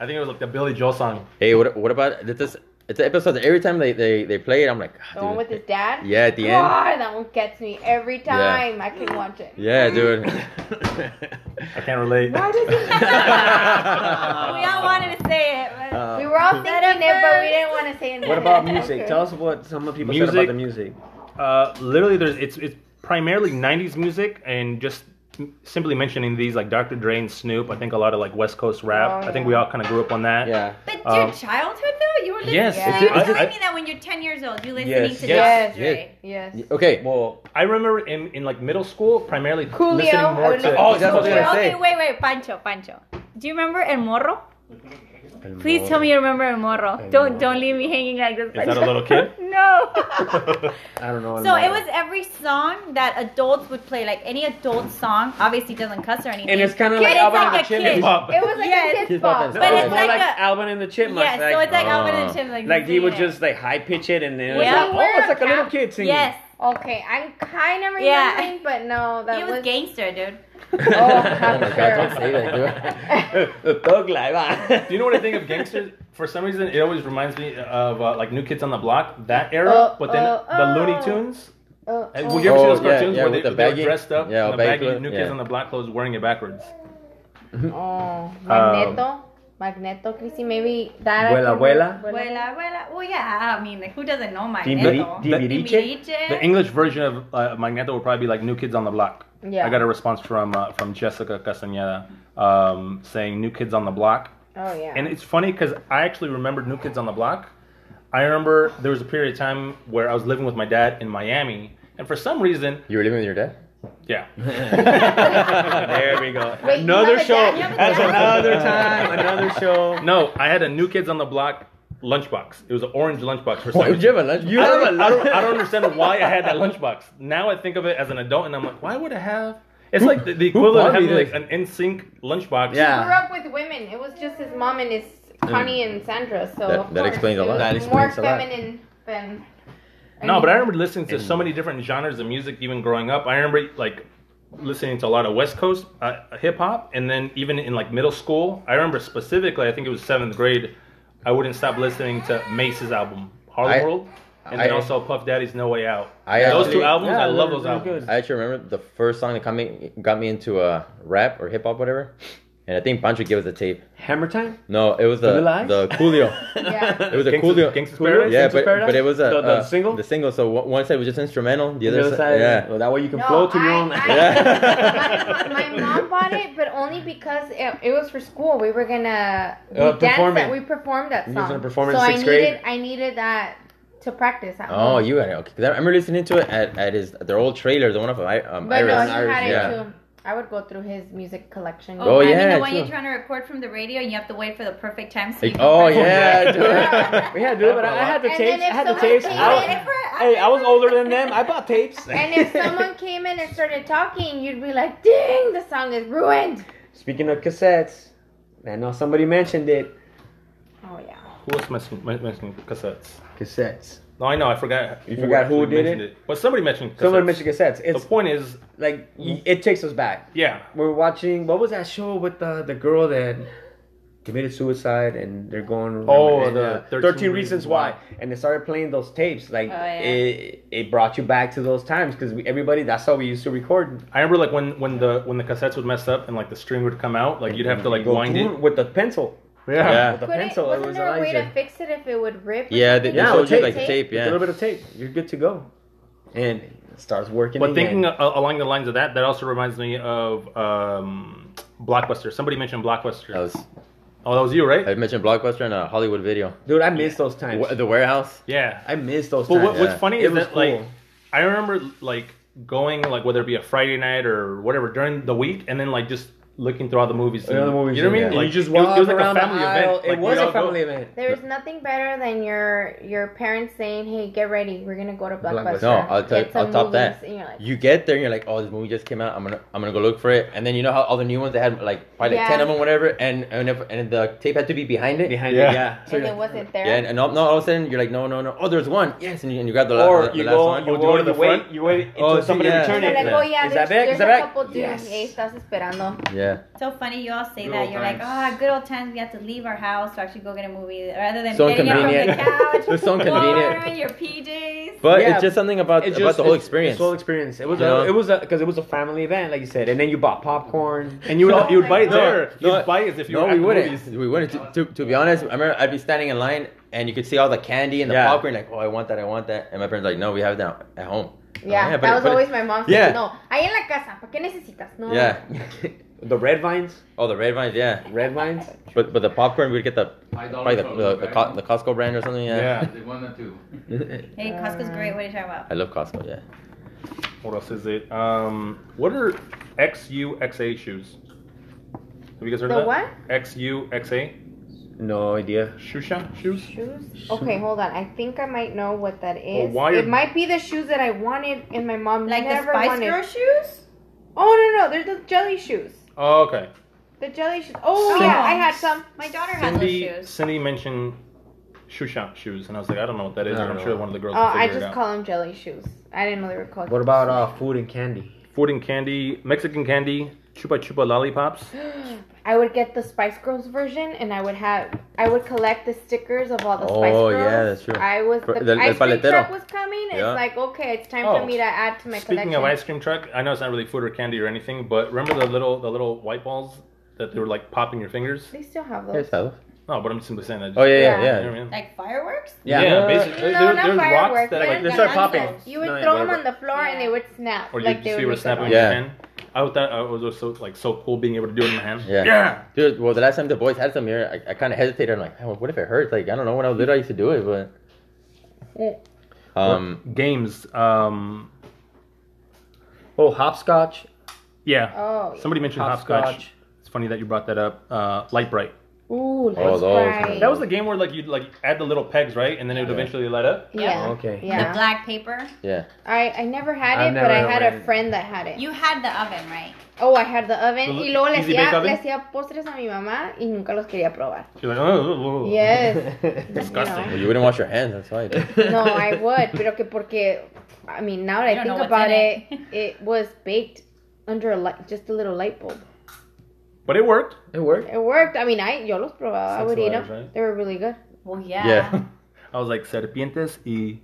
I think it was like the Billy Joel song. hey, what what about this? It's an episode that every time they they they play it, I'm like. ah, The one dude. with his dad. Yeah, at the end. God, that one gets me every time. I can watch it. Yeah, dude. I can't relate. Why does it? we all wanted to say it, but Uh, we were all thinking Let it it, but we burst. didn't want to say it. What about music? Okay. Tell us what some of the people said Music. about the music. Uh, literally, there's it's it's primarily '90s music, and just m- simply mentioning these like Dr. Dre and Snoop. I think a lot of like West Coast rap. Oh, I think yeah. we all kind of grew up on that. Yeah. but Um, your childhood though, you were listening. Yes, Yeah. to, you're I- telling I- me that when you're 10 years old, you're listening Yes. to Yes. Dr. Dre. Yes. Okay. Well, I remember in, in like middle school, primarily Coolio, listening I more would to. listen- Oh, that's what I was gonna okay, say. wait, wait, Pancho, Pancho. Do you remember El Morro? Please tell me you remember El Morro. don't don't leave me hanging like this. Is that a little kid? no. I don't know. so it was every song that adults would play, like any adult song. Obviously, doesn't cuss or anything. And it's kind of Kid, like it's Alvin like and the a Chipmunks. kid. Pop. It was like Yes. a He's kid's ball. fucking But Oh, it's more like like a- Alvin and the Chipmunks. yes, so it's like Oh. Alvin and Chip. Like, Like he singing would it. just like high pitch it and then Yeah. it's like, oh, it's like a little kid singing. Yes, Okay, I'm kind of remembering, Yeah. but no, that he was, gangster, dude. Oh my god, don't say that, Thug life. ah. Do you know what I think of gangsters? For some reason, it always reminds me of uh, like New Kids on the Block, that era. Oh, but then oh, the Looney oh. Tunes. Oh, And oh. Would you ever see Oh, those yeah, cartoons yeah, where with they, they were the baggy- dressed up yeah, in the baggy baggy New clothes, Kids yeah. on the Block clothes, wearing it backwards? Oh, Magneto, Magneto, Chrissy, maybe that. I Vuela, can- vuela. Vuela, vuela. Well, yeah, I mean, who doesn't know my Timbiri- Timbiriche. Eh. The English version of uh, Magneto will probably be like New Kids on the Block. Yeah. I got a response from uh, from Jessica Castaneda um, saying New Kids on the Block. Oh yeah. And it's funny because I actually remembered New Kids on the Block. I remember there was a period of time where I was living with my dad in Miami, and for some reason, You were living with your dad? Yeah. There we go. Wait, you another have a show. dad- you have a That's dad? another time. Another show. No, I had a new kids on the block lunchbox. It was an orange lunchbox for some Why would you have a lunch? I don't, I, don't, I don't understand why I had that lunchbox. Now I think of it as an adult, and I'm like, why would I have? It's like the, the equivalent of bought me having like this? an in sync lunchbox. Yeah. Uh, grew up with women. It was just his mom and his Connie and Sandra. So Mm. That- of that course, explains a it lot. was That more explains a lot. feminine than. No, but I remember listening to so many different genres of music even growing up. I remember like listening to a lot of West Coast uh, hip hop, and then even in like middle school, I remember specifically. I think it was seventh grade. I wouldn't stop listening to Mace's album Harlem I- World, and then I- also Puff Daddy's No Way Out. I those actually- two albums, yeah, I love they're- those they're albums. good. I actually remember the first song that got me, got me into uh, rap or hip hop, whatever. And I think Pancho gave us the tape. Hammer time. No, it was the Vanilla Ice? the Coolio. Yeah. It was a Kings Coolio. of, Kings of Coolio? Paradise? yeah, Into but, Paradise? but it was a The- the uh, single? The single. So one one side was just instrumental. The The other, other side, side. yeah. Well, that way you can No, float to your I- own. I- Yeah. my, my mom bought it, but only because it, it was for school. We were gonna we Uh, danced that- performing. We performed that song. We was gonna perform in so sixth I grade. needed I needed that to practice. At Oh, home. you had it. Okay, 'Cause I remember listening to it at, at his their old trailer, the one of I- um, But Iris. no, he had it yeah. too. I would go through his music collection. Oh, I mean, yeah, the one true. you're trying to record from the radio, and you have to wait for the perfect time. So you Like, can oh press it. yeah, dude. We had to do it, but I I had the And tapes. I then if had the someone tapes. came I in- was- Hey, I was older than them. I bought tapes. And if someone came in and started talking, you'd be like, "Ding! The song is ruined." Speaking of cassettes, I know somebody mentioned it. Oh yeah. Who else mentioned, men- mentioned cassettes? Cassettes. No, I know. I forgot. You forgot who actually did mentioned it? But somebody mentioned. Cassettes. Somebody mentioned cassettes. It's The point is, like y- it takes us back. yeah, We're watching. What was that show with the the girl that committed suicide and they're going? Oh, and, the uh, 13 13 Reasons Reasons Why. Why. And they started playing those tapes. Like Oh, yeah. it, it brought you back to those times because everybody that's how we used to record. I remember like when when the when the cassettes would mess up and like the string would come out, like you'd have to like Go wind it. through with the pencil. Yeah. With the Couldn't, pencil. wasn't it was there a way amazing. to fix it if it would rip? or Yeah, they, they something? Yeah, showed you tape, like tape. A little Yeah, bit of tape. You're good to go. And it starts working. But again. thinking a- along the lines of that, that also reminds me of um, Blockbuster. Somebody mentioned Blockbuster. that was. oh, that was you, right? I mentioned Blockbuster and a Hollywood Video. dude, I miss those times. Wa- the warehouse. yeah. I miss those But times. what, Yeah. what's funny It is was that like cool. I remember like going like whether it be a Friday night or whatever during the week, and then like just looking through all the movies. All the movies, you know what I yeah. mean? And Like, you just it was- walk it was like around a the family aisle. event. It Like, was we'd a all go- family event. There's nothing better than your your parents saying, "Hey, get ready. We're gonna go to Blockbuster. Blockbuster." No, I'll tell Get some I'll top movies," that. and you're like, You get there and you're like, oh, this movie just came out. I'm gonna I'm gonna go look for it. And then you know how all the new ones they had like probably like Yeah. ten of them, whatever. And and if, and the tape had to be behind it. Behind Yeah. it, yeah. and it wasn't there. Yeah, and, and all, no, all of a sudden you're like, no, no, no. Oh, there's one. Yes, and you, and you grab the, la- Or the you last go, one. you do you go, go to you the wait, front? you wait until Oh, somebody yeah. return You're it. like, oh yeah, Is there's, that back? there's Is that a back? couple dudes. Yes. Hey, estás esperando. Yeah. So funny you all say Good that. old You're like, times. ah, good old times. We have to leave our house to actually go get a movie, rather than So getting inconvenient. it from the couch. It's so warm, inconvenient. Your PJs. But Yeah. it's just something about It's about just the whole it's- experience. It's whole experience. It was You a, know? it was a, because it was a family event, like you said, and then you bought popcorn. And you would you would buy it No, there. no, You'd buy it as if you no, were at we the wouldn't. movies. We wouldn't. To, to, to be honest, I remember I'd be standing in line and you could see all the candy and the Yeah. popcorn. Like, oh, I want that, I want that. And my parents like, no, we have that at home. Yeah, Oh, Yeah, but- that was but- always my mom's. yeah. Yeah. No, ahí en la casa. ¿Para qué necesitas? No. Yeah. the red vines, Oh, the red vines. Yeah. red vines. But but the popcorn we'd get the Five probably the dollars the, the, Co- the Costco brand or something. Yeah. Yeah. They want that too. Hey, Costco's great. What are you talking about? I love Costco. Yeah. What else is it? Um, what are XUXA shoes? Have you guys heard The of that? what? XUXA No idea. shoe shop shoes? Shoes? Okay, hold on. I think I might know what that is. why it are- might be the shoes that I wanted and my mom Like the never Spice wanted. Girl shoes? Oh no, no, they're the jelly shoes. Oh, okay. The jelly shoes. Oh Cindy- yeah, I had some. My daughter has those Cindy, shoes. Cindy mentioned shoe shop shoes, and I was like, I don't know what that is. I but don't I'm know. sure one of the girls. Oh, will figure I it just out. call them jelly shoes. I didn't know they were called. What about uh, food and candy? food and candy, Mexican candy, chupa chupa lollipops. I would get the Spice Girls version, and I would have, I would collect the stickers of all the Spice Oh, Girls. yeah, that's true. I was For- the, the- the ice cream paletero. truck was coming. Yeah. It's like okay, it's time Oh, for me to add to my Speaking collection. of ice cream truck, I know it's not really food or candy or anything, but remember the little the little white balls that they were like popping your fingers? they still have those. Here's how. No, but I'm simply saying that. Oh yeah, yeah, Yeah. yeah. You know what I mean? Like fireworks? Yeah, basically. No, there, not there's rocks fireworks. that like they start popping. You would No, throw them whatever. on the floor, and Yeah. they would snap. Or you like they just would you were make a snapping noise. with your Yeah. hand. I thought I was so like so cool being able to do it in my hand. Yeah. yeah. Dude, well, the last time the boys had some here, I, I kind of hesitated. I'm like, "Oh, what if it hurts? Like, I don't know. When I was little, I used to do it, but. Um, Games. Um, Oh, hopscotch. Yeah. Oh, yeah. Somebody mentioned hopscotch. Hopscotch. It's funny that you brought that up. Uh, Light bright. Ooh, Oh, that's those. right. That was the game where like you would like add the little pegs, right, and then it would Yeah. eventually light up. yeah. Oh, okay. The Yeah. black paper. Yeah. I, I never had I've it, but never I had read a it. friend that had it. You had the oven, right? Oh, I had the oven. The y luego le easy bake hacía, oven? le hacía postres a mi mamá y nunca los quería probar. You're like, oh, oh, oh." Yes. disgusting. Well, you wouldn't wash your hands. That's why. No, I would, pero que porque, I mean, now that You I don't think know about what's in it, it. it, was baked under a light, just a little light bulb. But it worked. It worked. It worked. I mean, I yo los probaba. I Six would eat letters, them. right? They were really good. Well, yeah. Yeah. I was like serpientes y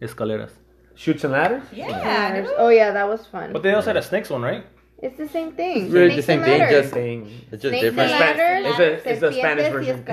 escaleras. Shoots and ladders. Yeah. Letters. dude. Oh yeah, that was fun. But they also had a snakes one, right? it's the same thing. Really the Snakes same and thing, ladders. just- Thing. It's just Snakes different. and ladders, It's a- it's a Spanish serpientes y version.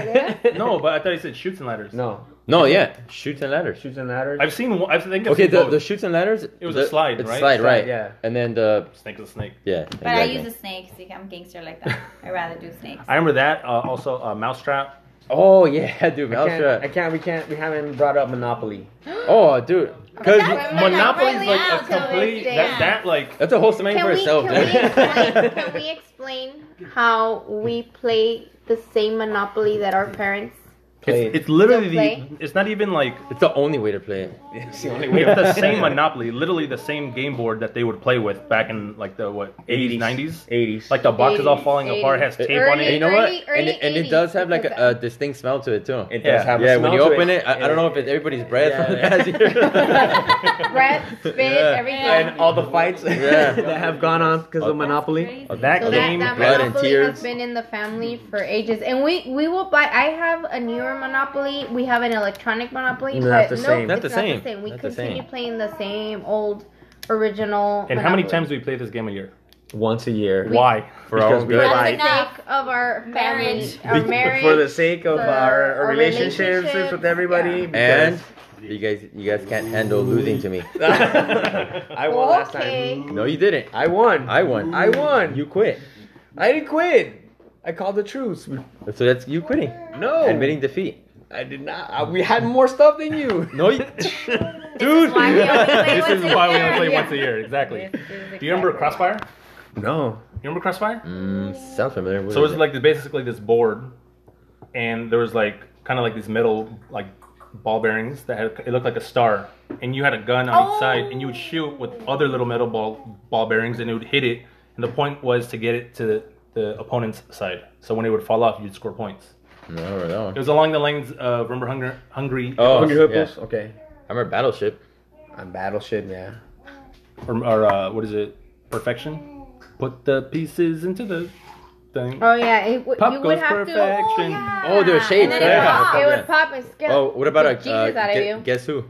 escaleras. No, but I thought he said shoots and ladders. No, No, yeah, shoots and ladders. shoots and ladders. I've seen. one- I think I've Okay, seen the, both. the shoots and ladders. It was a slide, It's right? slide, Slide, right? yeah. And then the snake is a snake. yeah. But I exactly. use the snakes. See, I'm gangster like that. I rather do snakes. I remember that. Uh, also, uh, mousetrap. Oh yeah, dude, I can't, I Mousetrap. can't. We can't. We haven't brought up Monopoly. Oh, dude, because That's what I'm Monopoly is Oh really like a out till this complete. day. That, that like. that's a whole domain Can for we, itself. can, we dude. explain, can we explain how we play the same Monopoly that our parents? Played. It's, it's literally Play. the. It's not even like. It's the only way to play it. It's the only way. We have the same Monopoly, literally the same game board that they would play with back in like the what 80s, 90s. Eighties. Like the box is all falling 80s, apart, has tape on And you it. know what? Early- and, early it, and it 80s, does have like a, because- a distinct smell to it too. it does Yeah. have a Yeah, when smell you to open it, I, I don't know if it's it- everybody's breath. Yeah, or yeah. that's your- Breath, spit, Yeah. everything. and all the fights Yeah. that have gone on because Oh. of Monopoly. Crazy. That So game, that, that blood and Monopoly tears. has been in the family for ages, and we we will buy. I have a newer Monopoly. We have an electronic Monopoly. Not but the no, same. it's Not Not the the same. same. We Not the continue same. playing the same old original. and how many Monopoly. times do we play this game a year? Once a year. Why? For our Because own we good. For Right. the sake of our Marriage. marriage, our Be- marriage. for the sake of for our, our our relationships, relationships, with everybody. And because- you guys, you guys can't handle losing to me. I won last Okay. time. No, you didn't. I won. I won. I won. You quit. I didn't quit. I called the truce. We- So that's you quitting, Oh. No, admitting defeat. I did not. I, we had more stuff than you. No, you, dude. why we only play this is once a why we only year. play Yeah. once a year, exactly. This is Do you remember exactly- Crossfire? You No. remember Crossfire? Mm, sounds familiar. What So it is was like basically this board, and there was like kind of like these metal like ball bearings that had, it looked like a star, and you had a gun on each side, and you would shoot with other little metal ball ball bearings, and it would hit it, and the point was to get it to the opponent's side. So when it would fall off, you'd score points. No, I remember that one. It was along the lines of remember Hungry Hungry Oh, Hungry yeah. Hippos? Okay. I remember Battleship. I'm battleship, yeah. or, or uh, what is it Perfection? Put the pieces into the thing. Oh yeah, it, w- Pop you goes would have perfection. to. Oh, there were shades. And then Yeah, it, would pop, it yeah. would pop and scare Oh, what about the a uh, Jesus out gu- of you. guess who?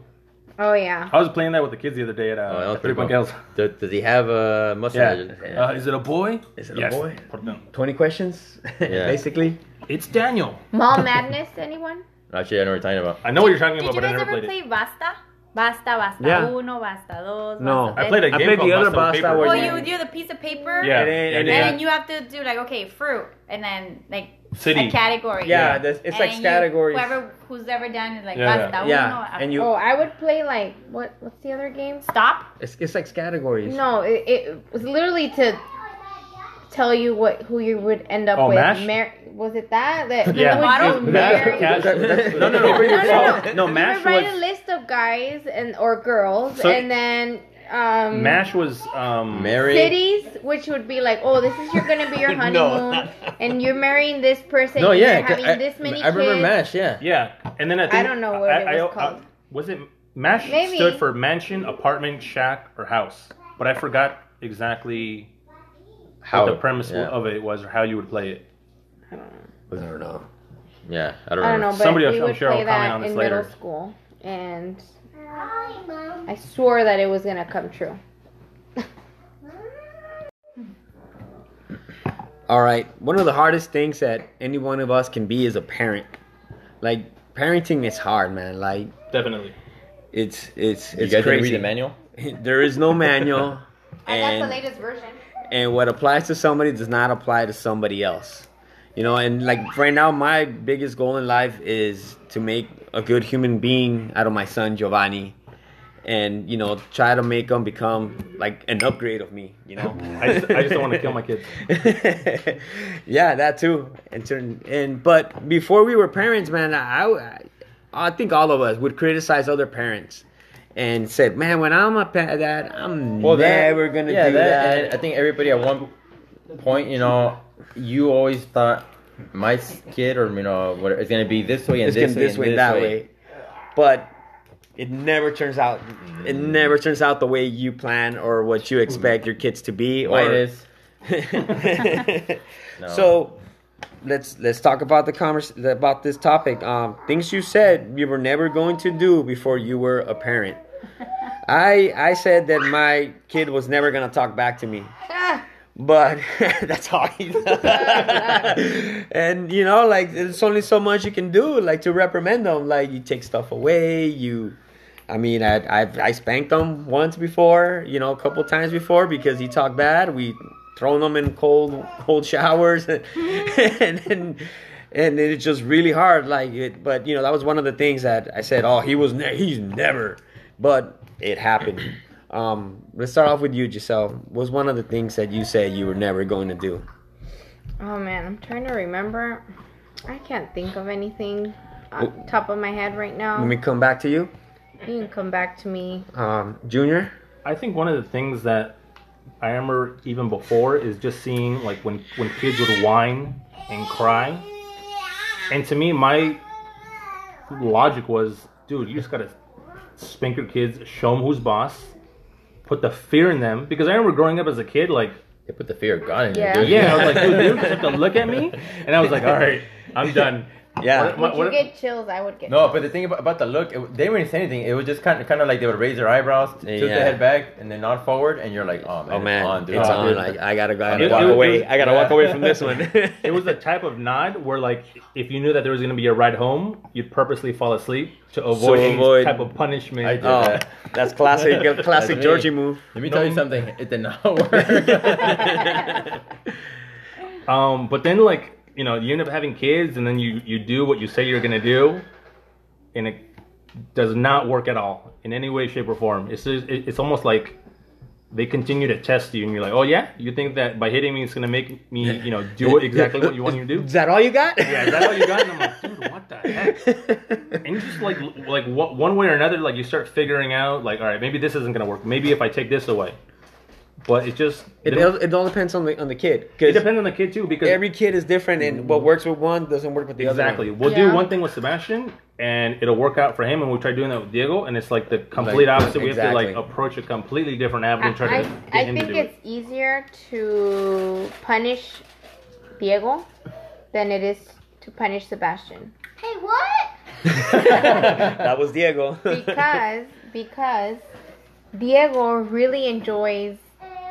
Oh yeah. I was playing that with the kids the other day at uh, Oh, that was Three pretty Point cool. Gals. Does, does he have a mustache? Yeah. Uh, is it a boy? Is it a boy? Put them. 20 questions, Yeah. basically. It's Daniel. Mall Madness, anyone? Actually, I know what you're talking about. I know what you're talking Did about, you but I guys never ever played play Basta? Basta, basta. Yeah. Uno, basta, dos. No. it. basta I tres. played a I game played called the other Bust on Basta Paper. where Well, you- you would do the piece of paper. Yeah. And then- yeah, and yeah. And then you have to do like okay fruit, and then like City. a category. Yeah, that's- it's And like then you- categories. Whoever who's ever done is like Yeah, yeah. basta uno. yeah, and you Oh, I would play like what? What's the other game? stop. it's, it's like categories. No, it, it was literally to tell you what who you would end up Oh, with. MASH? Mar- was it that that Yeah. you Bottle? would Dude, do Mash marry? Cash- No, no, no. No, no, No, You Mash would write a was list of guys and or girls, So- and then um, Mash was um Mary. cities, which would be like, oh, this is you're gonna be your honeymoon, and you're marrying this person. No, and yeah. you're having I, this many I remember kids. Mash. Yeah. Yeah, and then I, think, don't know what it was called. was it Mash Maybe. stood for mansion, apartment, shack, or house, but I forgot exactly How what the premise yeah. of it was or how you would play it. I don't know. Yeah, I don't I don't remember. know, but Somebody we else- I'm would sure will play comment that on this in later. middle school, and I swore that it was gonna come true. All right. One of the hardest things that any one of us can be is a parent. Like, parenting is hard, man. Like, Definitely. it's it's You it's guys didn't crazy. read the manual? there is no manual, and latest version. and what applies to somebody does not apply to somebody else. You know, and like right now, my biggest goal in life is to make a good human being out of my son Giovanni, and you know try to make them become like an upgrade of me you know I just, I just don't want to kill my kids. yeah, that too. And certain and but before we were parents, man, I I think all of us would criticize other parents and said, "Man, when I'm a pa- dad, I'm Well, that- never gonna yeah, do that." and I think everybody at one point, you know, you always thought my kid or you know what it's gonna be this way and It's this this, way, this and way, that this way. But it never turns out. It Mm. never turns out the way you plan or what you expect your kids to be. Why or- it Mm. is? No. So let's let's talk about the convers about this topic. Um, things you said you were never going to do before you were a parent. I I said that my kid was never gonna talk back to me. But that's how he And you know, like there's only so much you can do, like to reprimand them. Like you take stuff away, you I mean, I I, I spanked him once before, you know, a couple times before because he talked bad. We thrown him in cold cold showers, and and, and it's just really hard. Like, it, but you know, that was one of the things that I said. Oh, he was ne- he's never, but it happened. Um, let's start off with you, Giselle. What's one of the things that you said you were never going to do? Oh man, I'm trying to remember. I can't think of anything on top of my head right now. Let me come back to you, You can come back to me. um, Junior. I think one of the things that I remember even before is just seeing like when when kids would whine and cry, and to me my logic was, dude, you just gotta spank your kids, show them who's boss, put the fear in them. Because I remember growing up as a kid, like They put the fear of God in you. Yeah. dude. yeah, I was like, dude, you just have to look at me, and I was like, all right, I'm done. Yeah. What- Would what- you get chills? I would get. No, but the thing about, about the look, it, they weren't saying anything. It was just kind of kind of like they would raise their eyebrows, tilt Yeah. their head back, and then nod forward, and you're like, oh man, Oh man, it's on, dude. it's Oh, on. dude. Like, I gotta go. I gotta It- walk it was- away. it was- I gotta yeah. walk away from this one. It was the type of nod where, like, if you knew that there was going to be a ride home, you'd purposely fall asleep to avoid any avoid- type of punishment. I did Oh, that. that's classic, classic me. Georgie move. Let me tell you something. It did not work. Um, but then, like, you know, you end up having kids, and then you you do what you say you're going to do, and it does not work at all in any way, shape, or form. It's just, it, it's almost like they continue to test you, and you're like, oh yeah, you think that by hitting me, it's going to make me, you know, do what- exactly what you want me to do. Is that all you got? Yeah, is that all you got? And I'm like, dude, what the heck? and you just like like what, one way or another, like you start figuring out, like, all right, maybe this isn't gonna work. Maybe if I take this away, but it just It, they don't- all- it all depends on the on the kid. it Because depends on the kid too, because every kid is different, and what works with one doesn't work with the exactly other. we'll Yeah. do one thing with Sebastian and it'll work out for him, and we try doing that with Diego, and it's like the complete Like, opposite. We have to like exactly. approach a completely different avenue, and try to I, get I him think to do it's it. easier to punish Diego than it is to punish Sebastian Hey, what? That was Diego. because because Diego really enjoys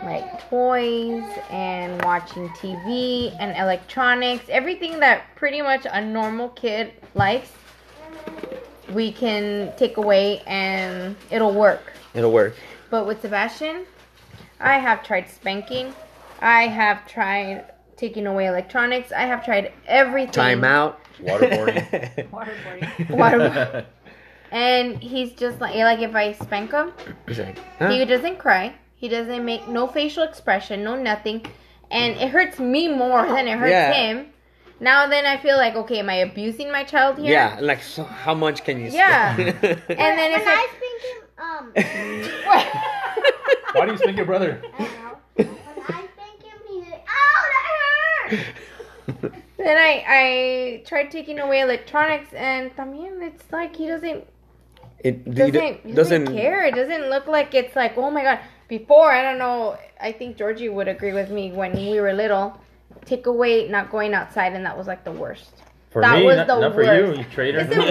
like toys and watching TV and electronics, everything that pretty much a normal kid likes. We can take away and it'll work. It'll work. But with Sebastian, I have tried spanking. I have tried taking away electronics. I have tried everything. Time out. Waterboarding. Waterboarding. Waterboarding. And he's just like, like if I spank him, He's like, huh? he doesn't cry. He doesn't make no facial expression, no nothing. And it hurts me more than it hurts Yeah. him. Now then I feel like, okay, am I abusing my child here? yeah, like so how much can you? Yeah. spend? And then when it's I like, spank him, um, Why do you spank your brother? I don't know. When I spank him, he's like, "Ow, that hurt!" Then I I tried taking away electronics, and también it's like he doesn't it he doesn't, d- he doesn't care. It doesn't look like it's like oh my god. Before I don't know. I think Georgie would agree with me when we were little. Take away not going outside, and that was like the worst. For That me, was not, the not for worst. you, you traitor. Yes, it was.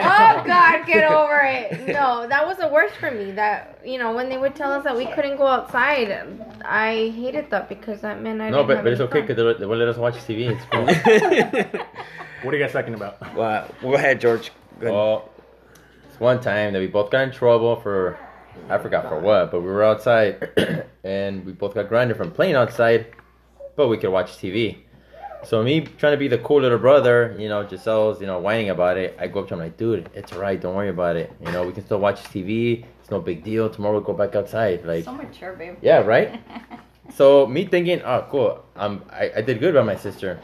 oh God, get over it. No, that was the worst for me. That you know when they would tell us that we couldn't go outside, I hated that because that meant I No, didn't but, have but it's any okay fun. because they, they will let us watch TV. It's cool. What are you guys talking about? well, go ahead, George. Go ahead. well, it's one time that we both got in trouble for, I forgot for what, but we were outside and we both got grounded from playing outside, but we could watch TV. So me trying to be the cool little brother, you know, Giselle's, you know, whining about it. I go up to him like, dude, it's alright, don't worry about it. You know, we can still watch TV. It's no big deal. Tomorrow we go back outside. Like, so mature, babe. yeah, right. So me thinking, oh, cool. Um, I, I did good by my sister.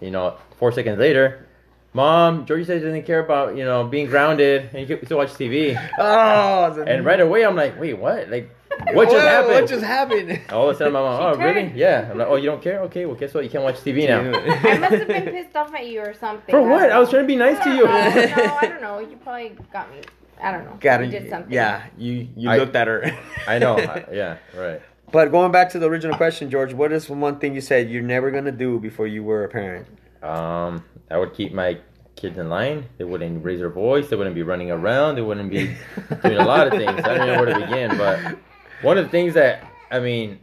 You know, four seconds later, mom, Georgie said she doesn't care about you know being grounded and you can still watch TV. Oh, the- And right away, I'm like, wait, what? Like, what just Whoa, happened? What just happened? All of a sudden, my mom, oh, She really? turned. Yeah. I'm like, oh, you don't care? Okay, well, guess what? You can't watch TV now. I must have been pissed off at you or something. For I don't what? I was know. trying to be nice to I you. don't know. No, I don't know. You probably got me. I don't know. Got you it. did something. Yeah, you you I- looked at her. I know. I- Yeah, right. But going back to the original question, George, what is one thing you said you're never gonna do before you were a parent? Um, I would keep my kids in line. They wouldn't raise their voice. They wouldn't be running around. They wouldn't be doing a lot of things. I don't know where to begin, but one of the things that I mean,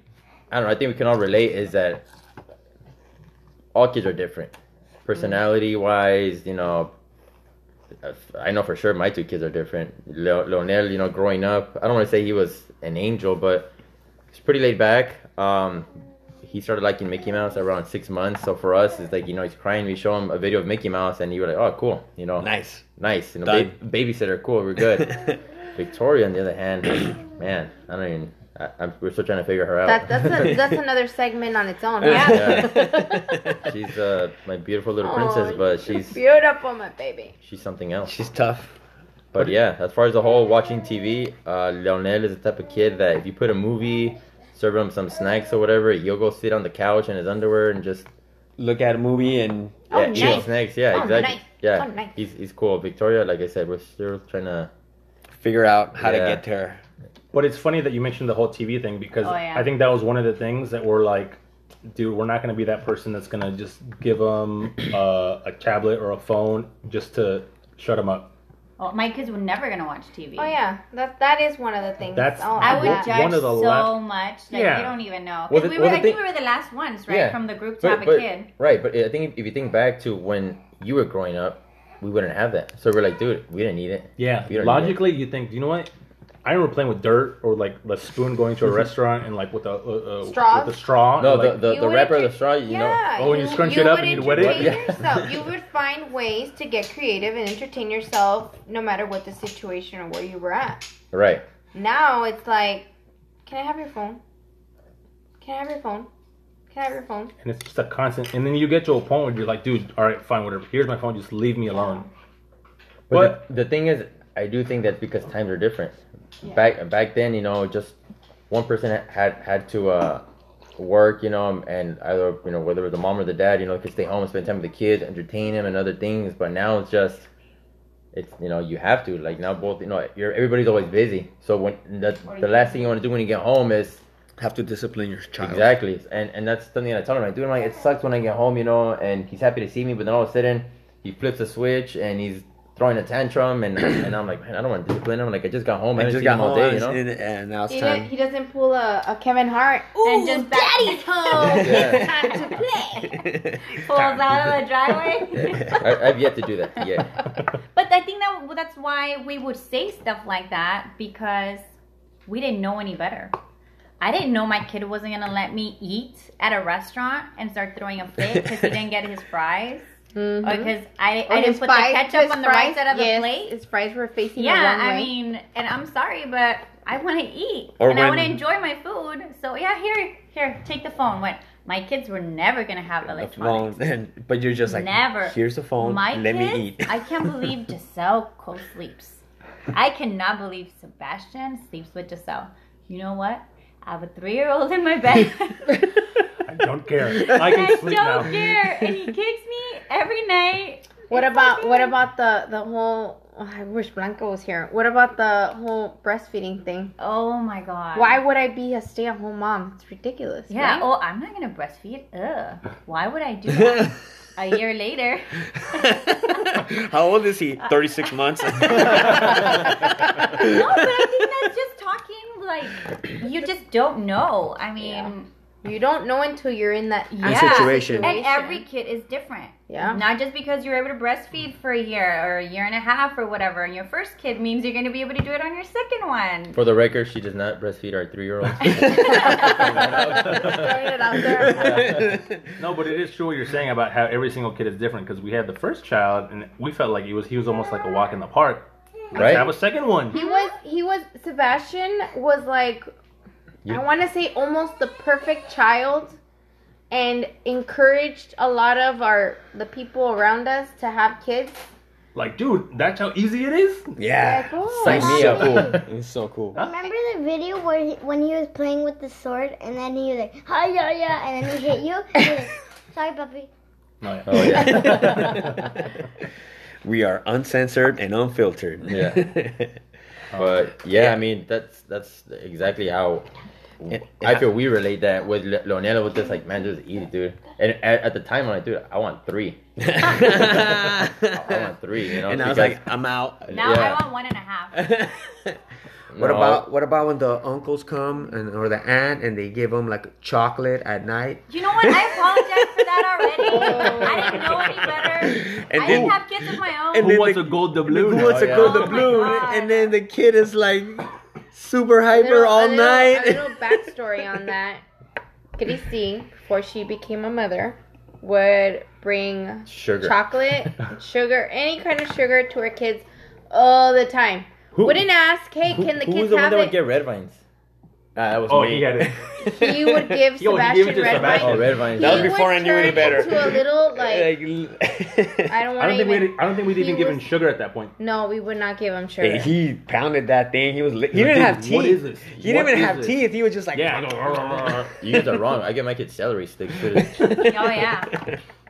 I don't know. I think we can all relate is that all kids are different, personality wise. You know, I know for sure my two kids are different. Leo- Leonel, you know, growing up, I don't want to say he was an angel, but he's pretty laid back. Um, he started liking Mickey Mouse around six months. So for us, it's like you know he's crying. We show him a video of Mickey Mouse, and you were like, oh, cool, you know, Nice. nice, you know, Done. ba- babysitter, cool, we're good. Victoria, on the other hand, man, I don't even. I, I'm, we're still trying to figure her out. That, that's a, that's another segment on its own. Yeah. Yeah. she's uh, my beautiful little princess, Aw, but you're she's beautiful, my baby. she's something else. She's tough. But yeah, as far as the whole watching TV, uh, Leonel is the type of kid that if you put a movie, serve him some snacks or whatever, he'll go sit on the couch in his underwear and just Look at a movie and Oh, yeah, nice. eat snacks. Yeah, Oh, exactly. nice. Yeah, Oh, nice. he's he's cool. Victoria, like I said, we're still trying to. figure out how Yeah. to get to her. But it's funny that you mentioned the whole TV thing because Oh, yeah. I think that was one of the things that we're like, dude, we're not going to be that person that's going to just give them uh, a tablet or a phone just to shut them up. Oh, my kids were never gonna watch TV. Oh yeah, that that is one of the things. That's- oh, I would One- judge one of the so last- much. Like Yeah. you don't even know. Well, 'Cause the- we were, well, the I think thing- we were the last ones, right, Yeah. from the group to But, have but- a kid. Right, but I think if you think back to when you were growing up, we wouldn't have that. So we're like, dude, we didn't need it. Yeah. You don't need it. Logically, you think, you know what? I remember playing with dirt or like the spoon going to a restaurant and like with a uh, uh, Straws? With a straw. No, and, like, the, the, You the would wrapper, the entertain- straw, you know. yeah. Oh, when you scrunch it up would and you'd wet it? entertain Yeah. Yourself. You would find ways to get creative and entertain yourself, no matter what the situation or where you were at. Right. Now it's like, can I have your phone? Can I have your phone? Can I have your phone? and it's just a constant. And then you get to a point where you're like, dude, all right, fine, whatever. Here's my phone. Just leave me alone. But the, the thing is, I do think that's because times are different. Back back then, you know, just one person ha- had had to uh, work, you know, and either you know whether it was the mom or the dad, you know, could stay home and spend time with the kids, entertain them, and other things. But now it's just, it's you know, you have to like now both, you know, you're everybody's always busy. So when the, the last thing you want to do when you get home is Have to discipline your child. Exactly, and and that's something that I tell him. Like, dude, I'm like, it sucks when I get home, you know, and he's happy to see me, but then all of a sudden he flips a switch and he's throwing a tantrum, and and I'm like, man, I don't want to discipline him. Like, I just got home, I, I haven't just got seen him home all day, you know. and, and now it's He, time. did, he doesn't pull a, a Kevin Hart and just back daddy's home. Yeah. Time to play. Pulls out of the driveway. I, I've yet to do that. Yeah, But I think that that's why we would say stuff like that because we didn't know any better. I didn't know my kid wasn't gonna let me eat at a restaurant and start throwing a fit because he didn't get his fries Mhm. or because I, Or I didn't his put fries- the ketchup his on the right fries- side of the yes, plate. His fries were facing the Yeah, wrong I way. mean, and I'm sorry, but I want to eat Or and I when- want to enjoy my food. So yeah, here, here, take the phone. When my kids were never gonna have The electronics. phone, and, but you're just like, Never. here's the phone. My let kids, me eat. I can't believe Giselle co-sleeps. I cannot believe Sebastian sleeps with Giselle. You know what? I have a three-year-old in my bed. I don't care. I can don't sleep now. care, and he kicks me every night. What It's about okay. what about the the whole? oh, I wish Blanco was here. What about the whole breastfeeding thing? Oh my god. Why would I be a stay at home mom? It's ridiculous. Yeah. right? Oh, I'm not gonna breastfeed. Ugh. Why would I do that? a year later. How old is Uh, he? 36 months. no, but I think that's just talking like you just don't know. I mean, You don't know until you're in that Yeah. situation. oh. And every kid is different. Yeah. Not just because you're able to breastfeed for a year or a year and a half or whatever, and your first kid means you're going to be able to do it on your second one. For the record, she does not breastfeed our three-year-old. it out there. No, but it is true what you're saying about how every single kid is different. Because we had the first child, and we felt like it was he was almost like a walk in the park. Right? I have a second one. He was he was Sebastian was like You- I want to say almost the perfect child and encouraged a lot of our the people around us to have kids. Like, dude, that's how easy it is. yeah. Like, oh, Sign me so up. cool. It's so cool. Remember the video where he, when he was playing with the sword and then he was like, hi, yeah, yeah, and then he hit you? He was like, Sorry, puppy. No, yeah. Oh yeah. We are uncensored and unfiltered. Yeah. but yeah, I mean that's that's exactly how It- I feel we relate that with Le- Leonela was just like man, this is easy, dude. And at, at the time, I'm like, dude, I want three. I want three, you know, and I was because- like, I'm out. Now Yeah. I want one and a half. What No, about what about when the uncles come and or the aunt and they give them like chocolate at night? You know what? I apologize for that already. I didn't know any better. And I then- didn't have kids of my and own. Who then wants the- a gold Who doubloon? wants to yeah. go Oh to my blue? God. And then the kid is like super a hyper little- all a little, night. A little backstory on that. Christy, before she became a mother, would bring sugar? chocolate, sugar, any kind of sugar to her kids all the time. Who- Wouldn't ask, hey, Who, can the who kids was the one have that would it? get red vines? Ah, that was Oh, me. he had it. He would give Yo, he gave it Sebastian to red Sebastian. Oh, wine. red vines. That was He before would I knew any turn better. into a little like Like- I don't I want don't to think we. even. Had, I don't think we'd He even given was- sugar at that point. No, we would not give him sugar. Hey, he pounded that thing. He was li- he Like, didn't dude, have teeth. What is this? He What didn't even is have this? teeth. He was just like Yeah. I go, "Arr, arr, arr." You guys are wrong. I get my kids celery sticks. Dude. Oh, yeah.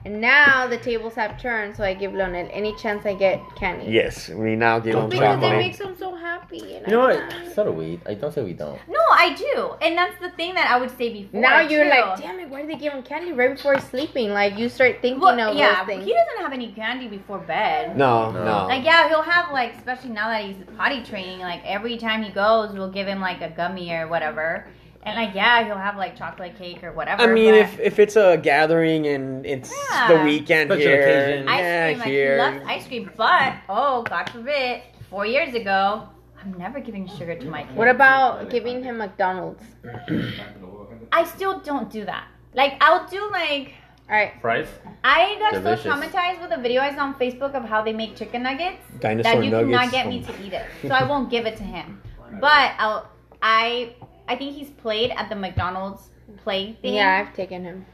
And now the tables have turned, so I give Lonel any chance I get candy. Yes, we now give him Because it chocolate. makes him so happy. And You know I- what? So do we. I don't say we don't. No, I do. And that's the thing that I would say before. Now you're too. like, damn it, why did they give him candy right before he's sleeping? Like you start thinking Well, of yeah, those things. he doesn't have any candy before bed. No, No. no. Like yeah, he'll have like especially now that he's potty training, like every time he goes, we'll give him like a gummy or whatever. And like yeah, he'll have like chocolate cake or whatever. I mean, but if if it's a gathering and it's the Yeah. weekend Special here, occasion. ice yeah, cream, like here. he loves ice cream, but oh god forbid, four years ago, I'm never giving sugar to my kid. What about giving him McDonald's? I still don't do that. Like I'll do like All right, Fries. I got Delicious. so traumatized with a video I saw on Facebook of how they make chicken nuggets. Dinosaur that you nuggets. cannot get me to eat it. So I won't give it to him. But I'll, I I think he's played at the McDonald's play thing yeah, I've taken him.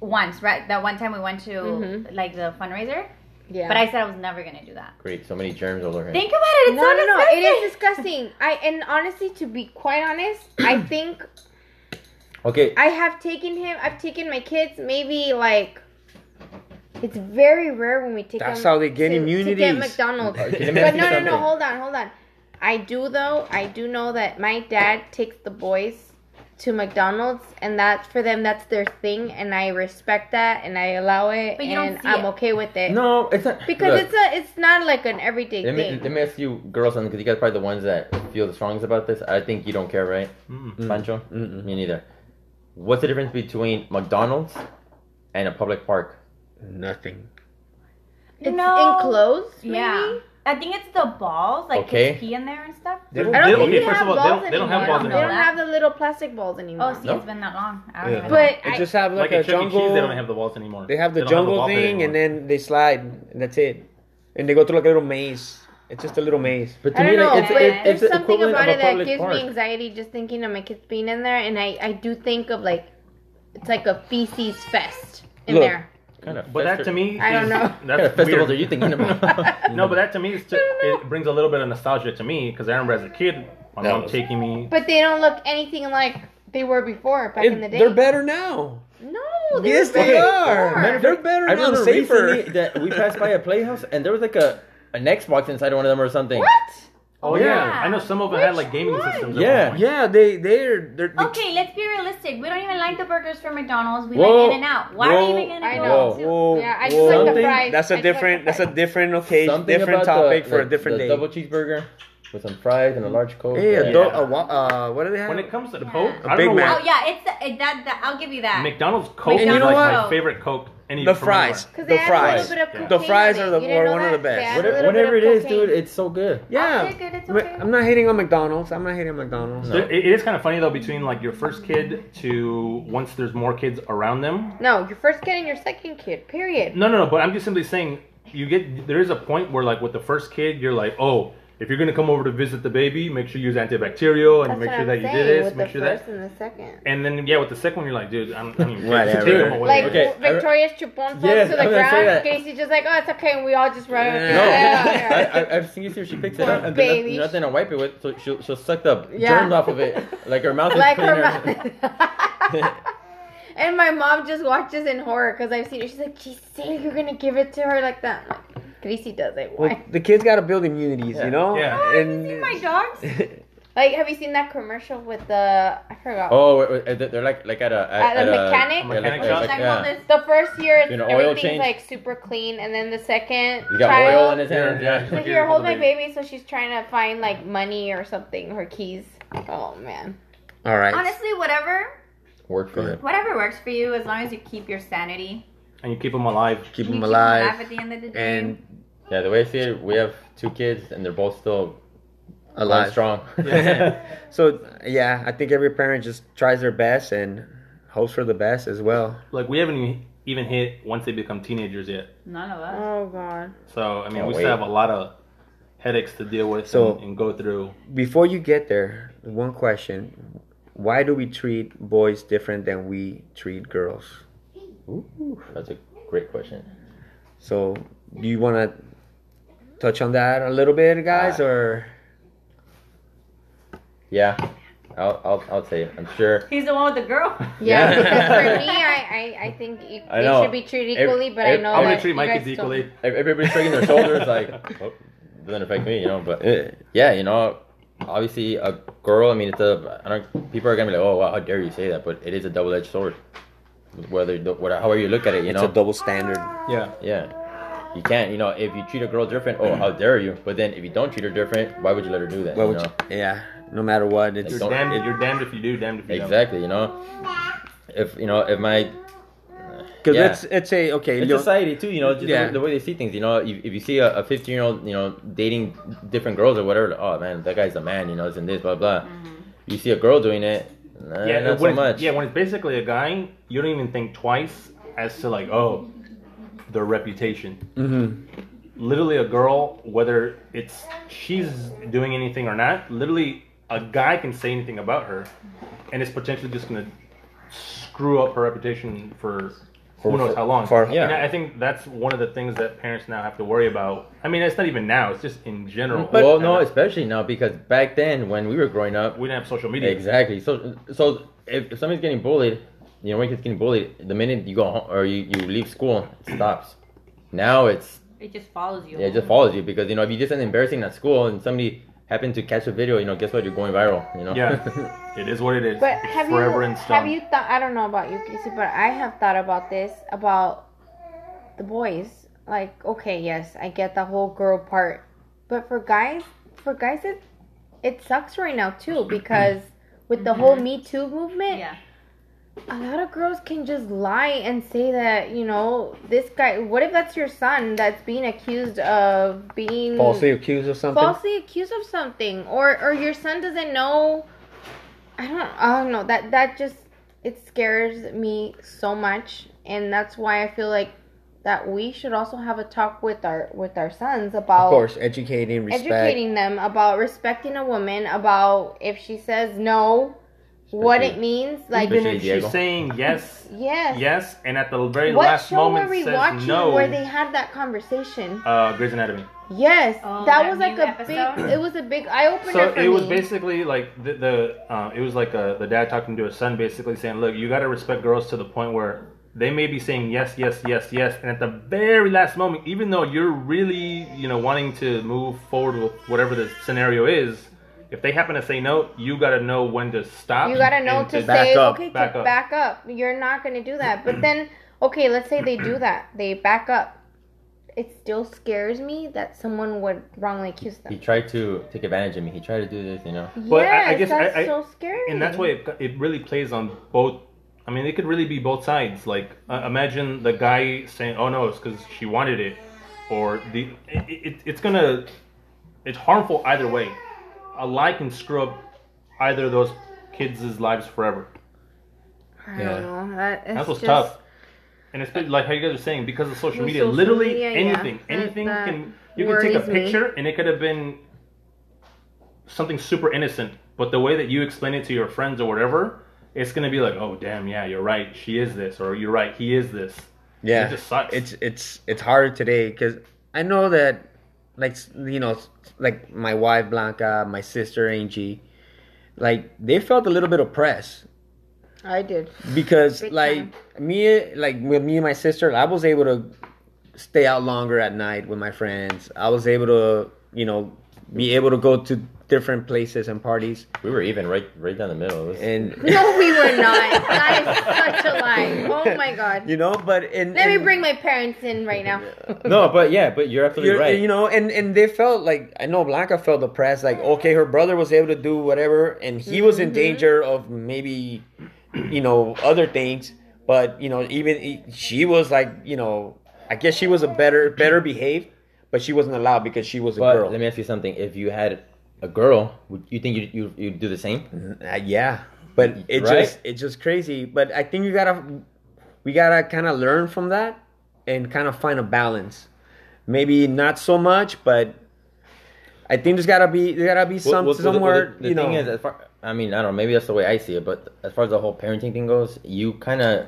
once, right? That one time we went to Mhm. like the fundraiser. Yeah, But I said I was never gonna do that. Great, so many germs all over him. Think about it. It's no, so no, no, disgusting. it is disgusting. I and honestly, to be quite honest, I think Okay, I have taken him. I've taken my kids. Maybe like it's very rare when we take That's them how they get to, to immunities. get McDonald's. Uh, can I but ask you no, no, no. something? Hold on, hold on. I do though. I do know that my dad takes the boys to McDonald's, and that's for them. That's their thing, and I respect that, and I allow it, But you don't and see I'm it. okay with it. no, it's not Because look, it's a, it's not like an everyday Let me, thing. let me ask you girls something because you guys are probably the ones that feel the strongest about this. I think you don't care, right, Mm. Pancho? Mm-hmm. Mm-mm. Me neither. What's the difference between McDonald's and a public park? Nothing. It's No. enclosed. Maybe? Yeah. I think it's the balls, like Okay. kids pee in there and stuff. They They I don't don't- think okay, they first of have all, they balls don't- they anymore. don't have balls They don't anymore. have the little plastic balls anymore. Oh, see, No. it's been that long. I don't Yeah. even know. But They I, just have like, Like, at a Chuck E. Cheese, jungle. they don't have the walls anymore. They have the don't jungle ball pit thing, anymore. and then they slide. and That's it. And they go through like a little maze. It's just a little maze. But I don't know, like, but it- there's the something equivalent about of a it that public gives park. me anxiety just thinking of my kids being in there, and I, I do think of like, it's like a feces fest in Look. there. Kind of But that fester- to me, I don't is- know. What kind of That's festivals are weird. you thinking about? No, but that to me is to, it brings a little bit of nostalgia to me because I remember as a kid, my That mom was- taking me. But they don't look anything like they were before back It- in the day. they're better now. No, they Yes, were they better are. before. They're better I now, remember safer. recently that we passed by a playhouse and there was like a an Xbox inside one of them or something. What? Oh yeah. I know some of them had like gaming one? systems. Yeah, at one point. Yeah, they they're they're. they- Okay, let's be realistic. We don't even like the burgers from McDonald's. We Whoa. like In and Out. Why are Whoa. we even gonna I go know. to Oh, Whoa, Yeah, I just whoa. like the fries. That's I a just like different. the that's a fries. different occasion, different about the- topic for the- a different the day. Double cheeseburger. with some fries and a large coke. Hey, a Yeah. do- a wa- uh, what do they have? When it comes to Coke, A I Big don't know Mac. Oh why. yeah, it's the, it, that, that. I'll give you that. McDonald's Coke And you is know like what? my favorite Coke. Any the from fries, anywhere. Because the fries. The fries are the- were one of the best. Whatever, whatever it is, dude, it's so good. Yeah, take it, it's Ma- okay. I'm not hating on McDonald's. I'm not hating on McDonald's. No. It- it is kind of funny though between like your first kid to once there's more kids around them. No, your first kid and your second kid. Period. No, no, no. But I'm just simply saying you get there is a point where like with the first kid you're like oh. If you're gonna come over to visit the baby, make sure you use antibacterial and That's make what sure I'm that you saying, do this, with make the sure first that. and the second. And then yeah, with the second one, you're like, dude, I'm, I mean, Whatever. take them away. Like Okay, I re- Victoria's Chupon falls Yes, to I the was gonna say ground. that. Casey's just like, oh, it's okay, and we all just run. No. No, Yeah, yeah. I, I, I've seen you see she picks it Poor up and then baby. nothing, nothing to wipe it with, so she'll, she'll suck the Yeah. germs off of it. Like her mouth is like her cleaner. mouth. and my mom just watches in horror because I've seen it. She's like, Jesus, you're gonna give it to her like that. I'm like, Greasy does it. Why? Well, the kids gotta build immunities, Yeah. you know. Yeah. And See my dogs? Like, have you seen that commercial with the I forgot. Oh, wait, wait, they're- they're like like at a At a mechanic? yeah, like- Mechanic like- shop? like, Like, yeah. all this- The first year, it's, You know, oil everything's change? like super clean, and then the second You got child, oil in his hand. Yeah, Yeah. yeah. Like Like, here, you hold hold my the baby. So she's trying to find like money or something, her keys. Oh man. all right. Honestly, whatever, Work for it. whatever works for you, as long as you keep your sanity. and you keep them alive. keep You them alive. at the end of the day. and Yeah, the way I see it, we have two kids and they're both still alive. alive, strong. Yeah. So yeah, I think every parent just tries their best and hopes for the best as well. Like we haven't even- even hit once they become teenagers yet. None of us. Oh god. So I mean, Oh, we wait. still have a lot of headaches to deal with So- and, and go through. Before you get there, one question: Why do we treat boys different than we treat girls? Ooh, that's a great question. So do you want to touch on that a little bit, guys, Uh, or Yeah, I'll I'll, I'll say it. I'm sure. He's the one with the girl. Yeah, Yeah. because for me, I, I, I think e- I they know. should be treated Ev- equally, but I ev- know I'm that gonna treat my Oh, you guys kids equally. Ev- Everybody's shrugging their shoulders like, oh, doesn't affect me, you know. But eh, yeah, you know, obviously a girl. I mean, it's a. I don't. People are gonna be like, oh, wow, how dare you say that? But it is a double-edged sword. Whether whether however you look at it, you it's know. a double standard? Yeah, yeah. You can't, you know, if you treat a girl different, oh, how dare you? But then if you don't treat her different, why would you let her do that? Why you would know? you- yeah, no matter what, it's you're don't- damned. you're damned if you do, damned if you Exactly, you know. If you know, if my because Yeah. it's it's a okay. it's you'll- society too, you know, just Yeah. the, the way they see things, you know, if, if you see a, a 15 year old, you know, dating different girls or whatever, oh man, that guy's a man, you know, it's in this, blah, blah. You see a girl doing it, nah, don't. Mm-hmm. Yeah, not when so it's- much. Yeah, when it's basically a guy, you don't even think twice as to like, oh, their reputation. Mhm. Literally, a girl, whether it's she's doing anything or not, literally a guy can say anything about her, and it's potentially just gonna screw up her reputation for. Who For- knows how long? for- Yeah. And I I think that's one of the things that parents now have to worry about. I mean, it's not even now; it's just in general. well, no, especially now because back then when we were growing up, we didn't have social media. Exactly. So, so if, if somebody's getting bullied, you know, when kids getting bullied, the minute you go home or you, you leave school, it stops. Now it's It just follows you. yeah, it just follows you because you know if you did something embarrassing at school and somebody happened to catch a video, you know, guess what? You're going viral. You know. Yeah, it is what it is. But It's have you forever in have you thought? I don't know about you, Casey, but I have thought about this about the boys. Like, okay, yes, I get the whole girl part, but for guys, for guys, it it sucks right now too because with the whole Me Too movement, Yeah. a lot of girls can just lie and say that you know this guy. What if that's your son that's being accused of being falsely accused of something. falsely accused of something or or your son doesn't know i don't i don't know that that just it scares me so much and that's why i feel like that we should also have a talk with our with our sons about Of course, educating, respect. educating them about respecting a woman about if she says no what it Especially- means like Even if Appreciate it, she's Diego. saying yes, yes yes, and at the very what last show moment were we says watching no. where they had that conversation uh, Grey's Anatomy. yes Oh, that, that was like new a big episode? it was a big eye-opener So for it was me. basically like the, the uh, it was like uh the dad talking to his son, basically saying, "Look, you got to respect girls to the point where they may be saying yes, yes, yes, yes, and at the very last moment, even though you're really you know wanting to move forward with whatever the scenario is, if they happen to say no, you got to know when to stop. You gotta know and to back say, up, okay, back to up. back up. You're not gonna do that. But then, okay, let's say they do that. They back up. it still scares me that someone would wrongly accuse He them. tried to take advantage of me. He tried to do this, you know. But I- I yes, guess I- that's I- so scary. and that's why it, it really plays on both. I mean, it could really be both sides. Like, uh, imagine the guy saying, "Oh no, it's because she wanted it," or the it, it, it's gonna it's harmful either way. A lie can screw up either of those kids' lives forever. I Yeah. don't know. That, it's That's what's just, tough. And it's been- like how you guys are saying because of social With media, social literally media, yeah. anything, That- anything that can you can take a worries me. picture and it could have been something super innocent, but the way that you explain it to your friends or whatever, it's gonna be like, oh damn, yeah, you're right, she is this, or you're right, he is this. Yeah, It just sucks. It's it's it's harder today because I know that, like s- you know, s- like my wife Blanca, my sister Angie, like they felt a little bit oppressed I did. because Big like me, like with me and my sister, I was able to stay out longer at night with my friends. I was able to, you know, be able to go to different places and parties We were even right, right down the middle. It was- and. No, we were not. That is such a lie. Oh my god. You know, but and Let me and- bring my parents in right now. no, but yeah, but you're absolutely You're- right. You know, and and they felt like I know Blanca felt oppressed. Like okay, her brother was able to do whatever, and he was Mm-hmm. in danger of maybe, you know, other things. But you know, even e- she was like, you know, I guess she was a better better behaved, but she wasn't allowed because she was a but girl. let me ask you something. If you had a girl, would you think you you you'd do the same? Uh, yeah, but it Right? just it's just crazy. But I think you gotta we gotta kind of learn from that and kind of find a balance. Maybe not so much, but I think there's gotta be there gotta be some Well, well, well, the- somewhere well, the, the you know. thing is, as far, I mean, I don't know. Maybe that's the way I see it. But as far as the whole parenting thing goes, you kind of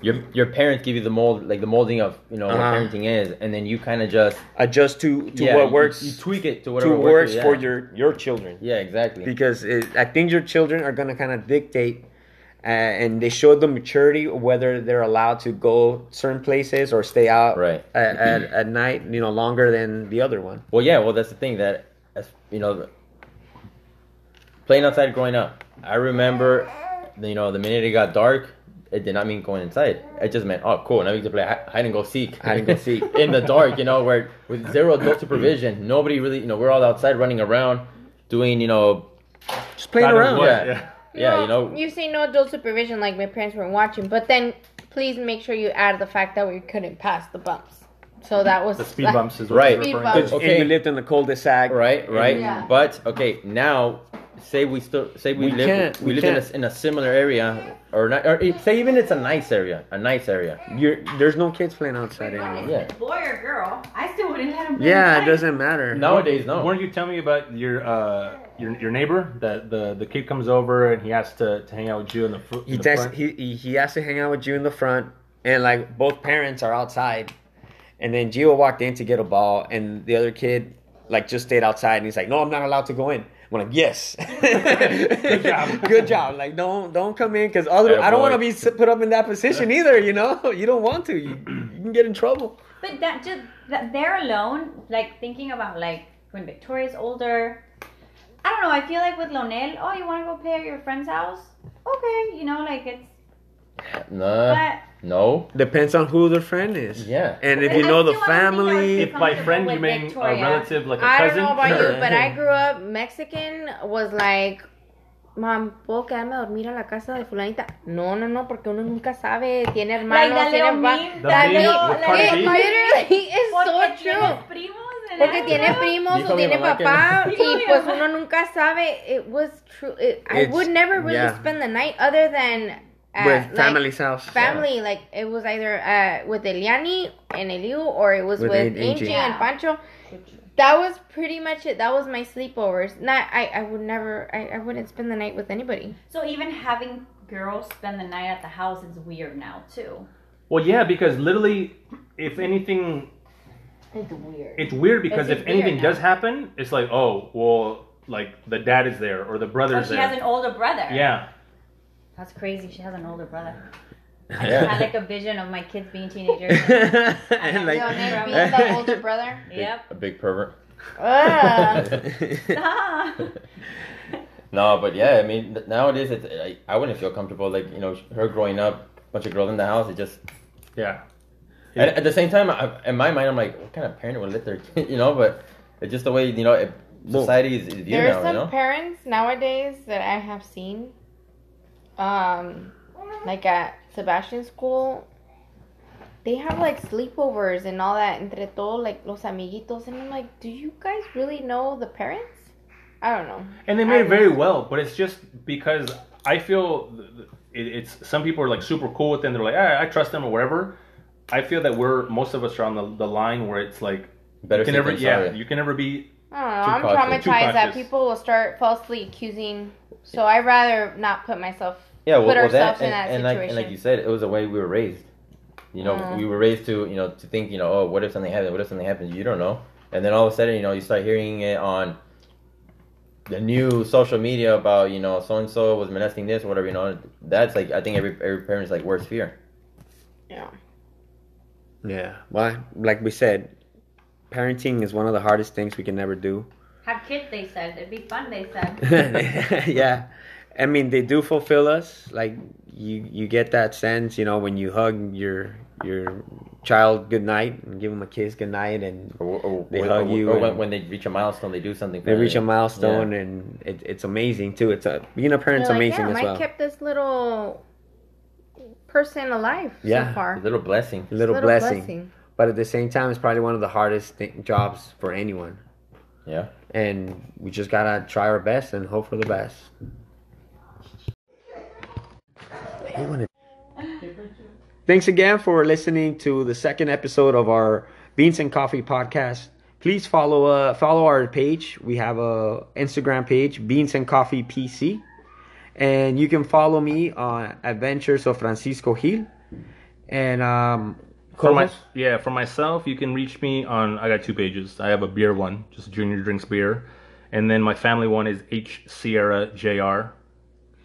your your parents give you the mold, like the molding of you know Uh-huh. what parenting is, and then you kind of just adjust to to yeah, what you- works You tweak it to to whatever works yeah. for your your children yeah, exactly. because it, I think your children are gonna kind of dictate. Uh, and they show the maturity of whether they're allowed to go certain places or stay out Right. at, at, at night, you know, longer than the other one. Well, yeah. Well, that's the thing that as you know, playing outside growing up. I remember, you know, the minute it got dark, it did not mean going inside. It just meant, oh, cool. Now we can play hi- hide and go seek. Hide and go seek. in the dark, you know, where with zero adult supervision, nobody really, you know, we're all outside running around, doing, you know, Just playing God knows around. what. yeah. yeah. yeah, you know, You say no adult supervision, like my parents weren't watching, but then please make sure you add the fact that we couldn't pass the bumps. So that was the speed bumps is what Right. I'm Speed referring bumps. to. Okay. Okay. And we lived in the cul-de-sac. right, right. Yeah. But okay, now say we still say we, We live can't, we, we live in can't. a, in a similar area or not, or it- say even it's a nice area, a nice area. You're, there's no kids playing outside anymore. Yeah. Boy or girl, I still wouldn't let him. uh, Yeah, it doesn't matter. Nowadays, no. Weren't you telling me about your uh your your neighbor that the the kid comes over and he has to, to hang out with you in the, fr- in He the text, front? he, he he has to hang out with you in the front, and like both parents are outside, and then Gio walked in to get a ball, and the other kid like just stayed outside, and he's like, "No, I'm not allowed to go in." I'm like, "Yes, good job. good job." Like, don't don't come in because other I don't Attaboy. want to be s- put up in that position either. You know, you don't want to. You, you can get in trouble. But that just that they're alone, like thinking about like when Victoria's older. I don't know. I feel like with Lonel, oh, you want to go play at your friend's house? Okay, you know, like it's. Uh, Nah, But no. Depends on who the friend is. Yeah. and if I you know the still don't think I would family. If by friend you With mean Victoria. a relative, like a I don't cousin, know about sure. you, but I grew up Mexican was like, mom, puedo quedarme a dormir a la casa de fulanita. No, no, no, porque uno nunca sabe. Tiene like hermanos, that tiene little hermanos. meme, The that meme little, with like, Cardi B? it literally- Literally, it's so Porque true. tienes primos and Porque tiene primos I don't know. Dijo o mi tiene mamá que papá no. Dijo y mi pues mamá. uno nunca sabe. It was true. It, I It's- would never really yeah. spend the night other than at, with like, family's house. family. Like it was either uh, with Eliani and Eliu, or it was with, With An- Angie. Angie, and Pancho. That was pretty much it. That was my sleepovers. Not I. I would never. I, I wouldn't spend the night with anybody. So even having girls spend the night at the house is weird now too. Well, yeah, because literally, if anything, It's weird. it's weird because It's if weird anything now. does happen, it's like, oh, well, like the dad is there or the Oh, brother's she there. has an older brother. yeah. That's crazy. She has an older brother. I Yeah. had like a vision of my kids being teenagers. and like, Leonel being the older brother. yep. A big pervert. Ugh. Ah. No, but yeah, I mean th- nowadays it's I, I wouldn't feel comfortable like you know her growing up, bunch of girls in the house. It just Yeah. At, at the same time, I, in my mind, I'm like, what kind of parent would let their kid, you know? But it's just the way you know it, Well, society is, is viewed There now, are you some know. parents nowadays that I have seen, um, like at Sebastian School, they have like sleepovers and all that entre todo, like los amiguitos, and I'm like, do you guys really know the parents? I don't know. And they made it very well, but it's just because I feel th- th- it, it's some people are like super cool with them. They're like, ah, I trust them or whatever. I feel that we're most of us are on the, the line where it's like Better you can safe never, than yeah, sorry. you can never be. I don't Too know. I'm cautious. Too traumatized that cautious. people will start falsely accusing, so I rather not put myself. yeah, well, put well, that, ourselves in and, that and like and like situation. you said, it was the way we were raised. You know, Mhm. we were raised to you know to think you know, oh, what if something happens? What if something happens? You don't know. And then all of a sudden, you know, you start hearing it on the new social media about you know so and so was molesting this or whatever. You know, that's like I think every every parent's like worst fear. Yeah. Well, like we said, parenting is one of the hardest things we can ever do. Have kids, they said. It'd be fun, they said. yeah. I mean, they do fulfill us. Like you, you get that sense, you know, when you hug your your child goodnight and give them a kiss goodnight, and Or, or, or- They or- hug you or when, and- when they reach a milestone, they do something. they reach a finally. milestone, and it, it's amazing too. It's a being a They're parent's like, amazing yeah, as Mike well. kept this little person alive Yeah. so far. a little blessing. little, blessing. but at the same time, it's probably one of the hardest th- jobs for anyone. Yeah. and we just gotta try our best and hope for the best. I hate when it- Thanks again for listening to the second episode of our Beans and Coffee podcast. Please follow uh, follow our page. We have a Instagram page, Beans and Coffee PC, and you can follow me on Adventures of Francisco Gil. And um, For my, co-host- yeah, for myself, you can reach me on. I got two pages. I have a beer one, just Junior drinks beer, and then my family one is H Sierra Jr.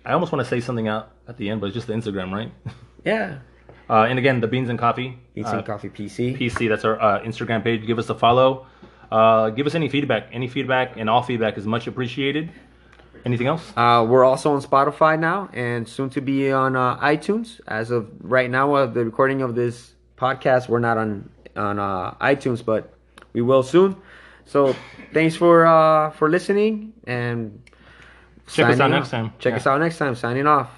I almost want to say something out at the end, but it's just the Instagram, right? yeah, Uh, and again, the beans and coffee. Beans uh, and Coffee PC. PC. That's our uh, Instagram page. Give us a follow. Uh, give us any feedback. Any feedback and all feedback is much appreciated. Anything else? Uh, we're also on Spotify now and soon to be on uh, iTunes. As of right now, of the recording of this podcast, we're not on on uh, iTunes, but we will soon. So thanks for uh, for listening and Check us signing out off. next time. Check Yeah. us out next time. Signing off.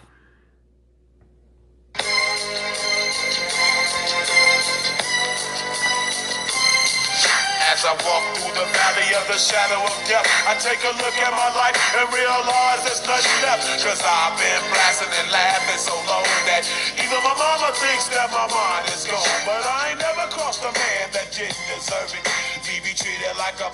As I walk through the valley of the shadow of death, I take a look at my life and realize there's nothing left. Cause I've been blasting and laughing so long that even my mama thinks that my mind is gone. But I ain't never crossed a man that didn't deserve it. Me be treated like a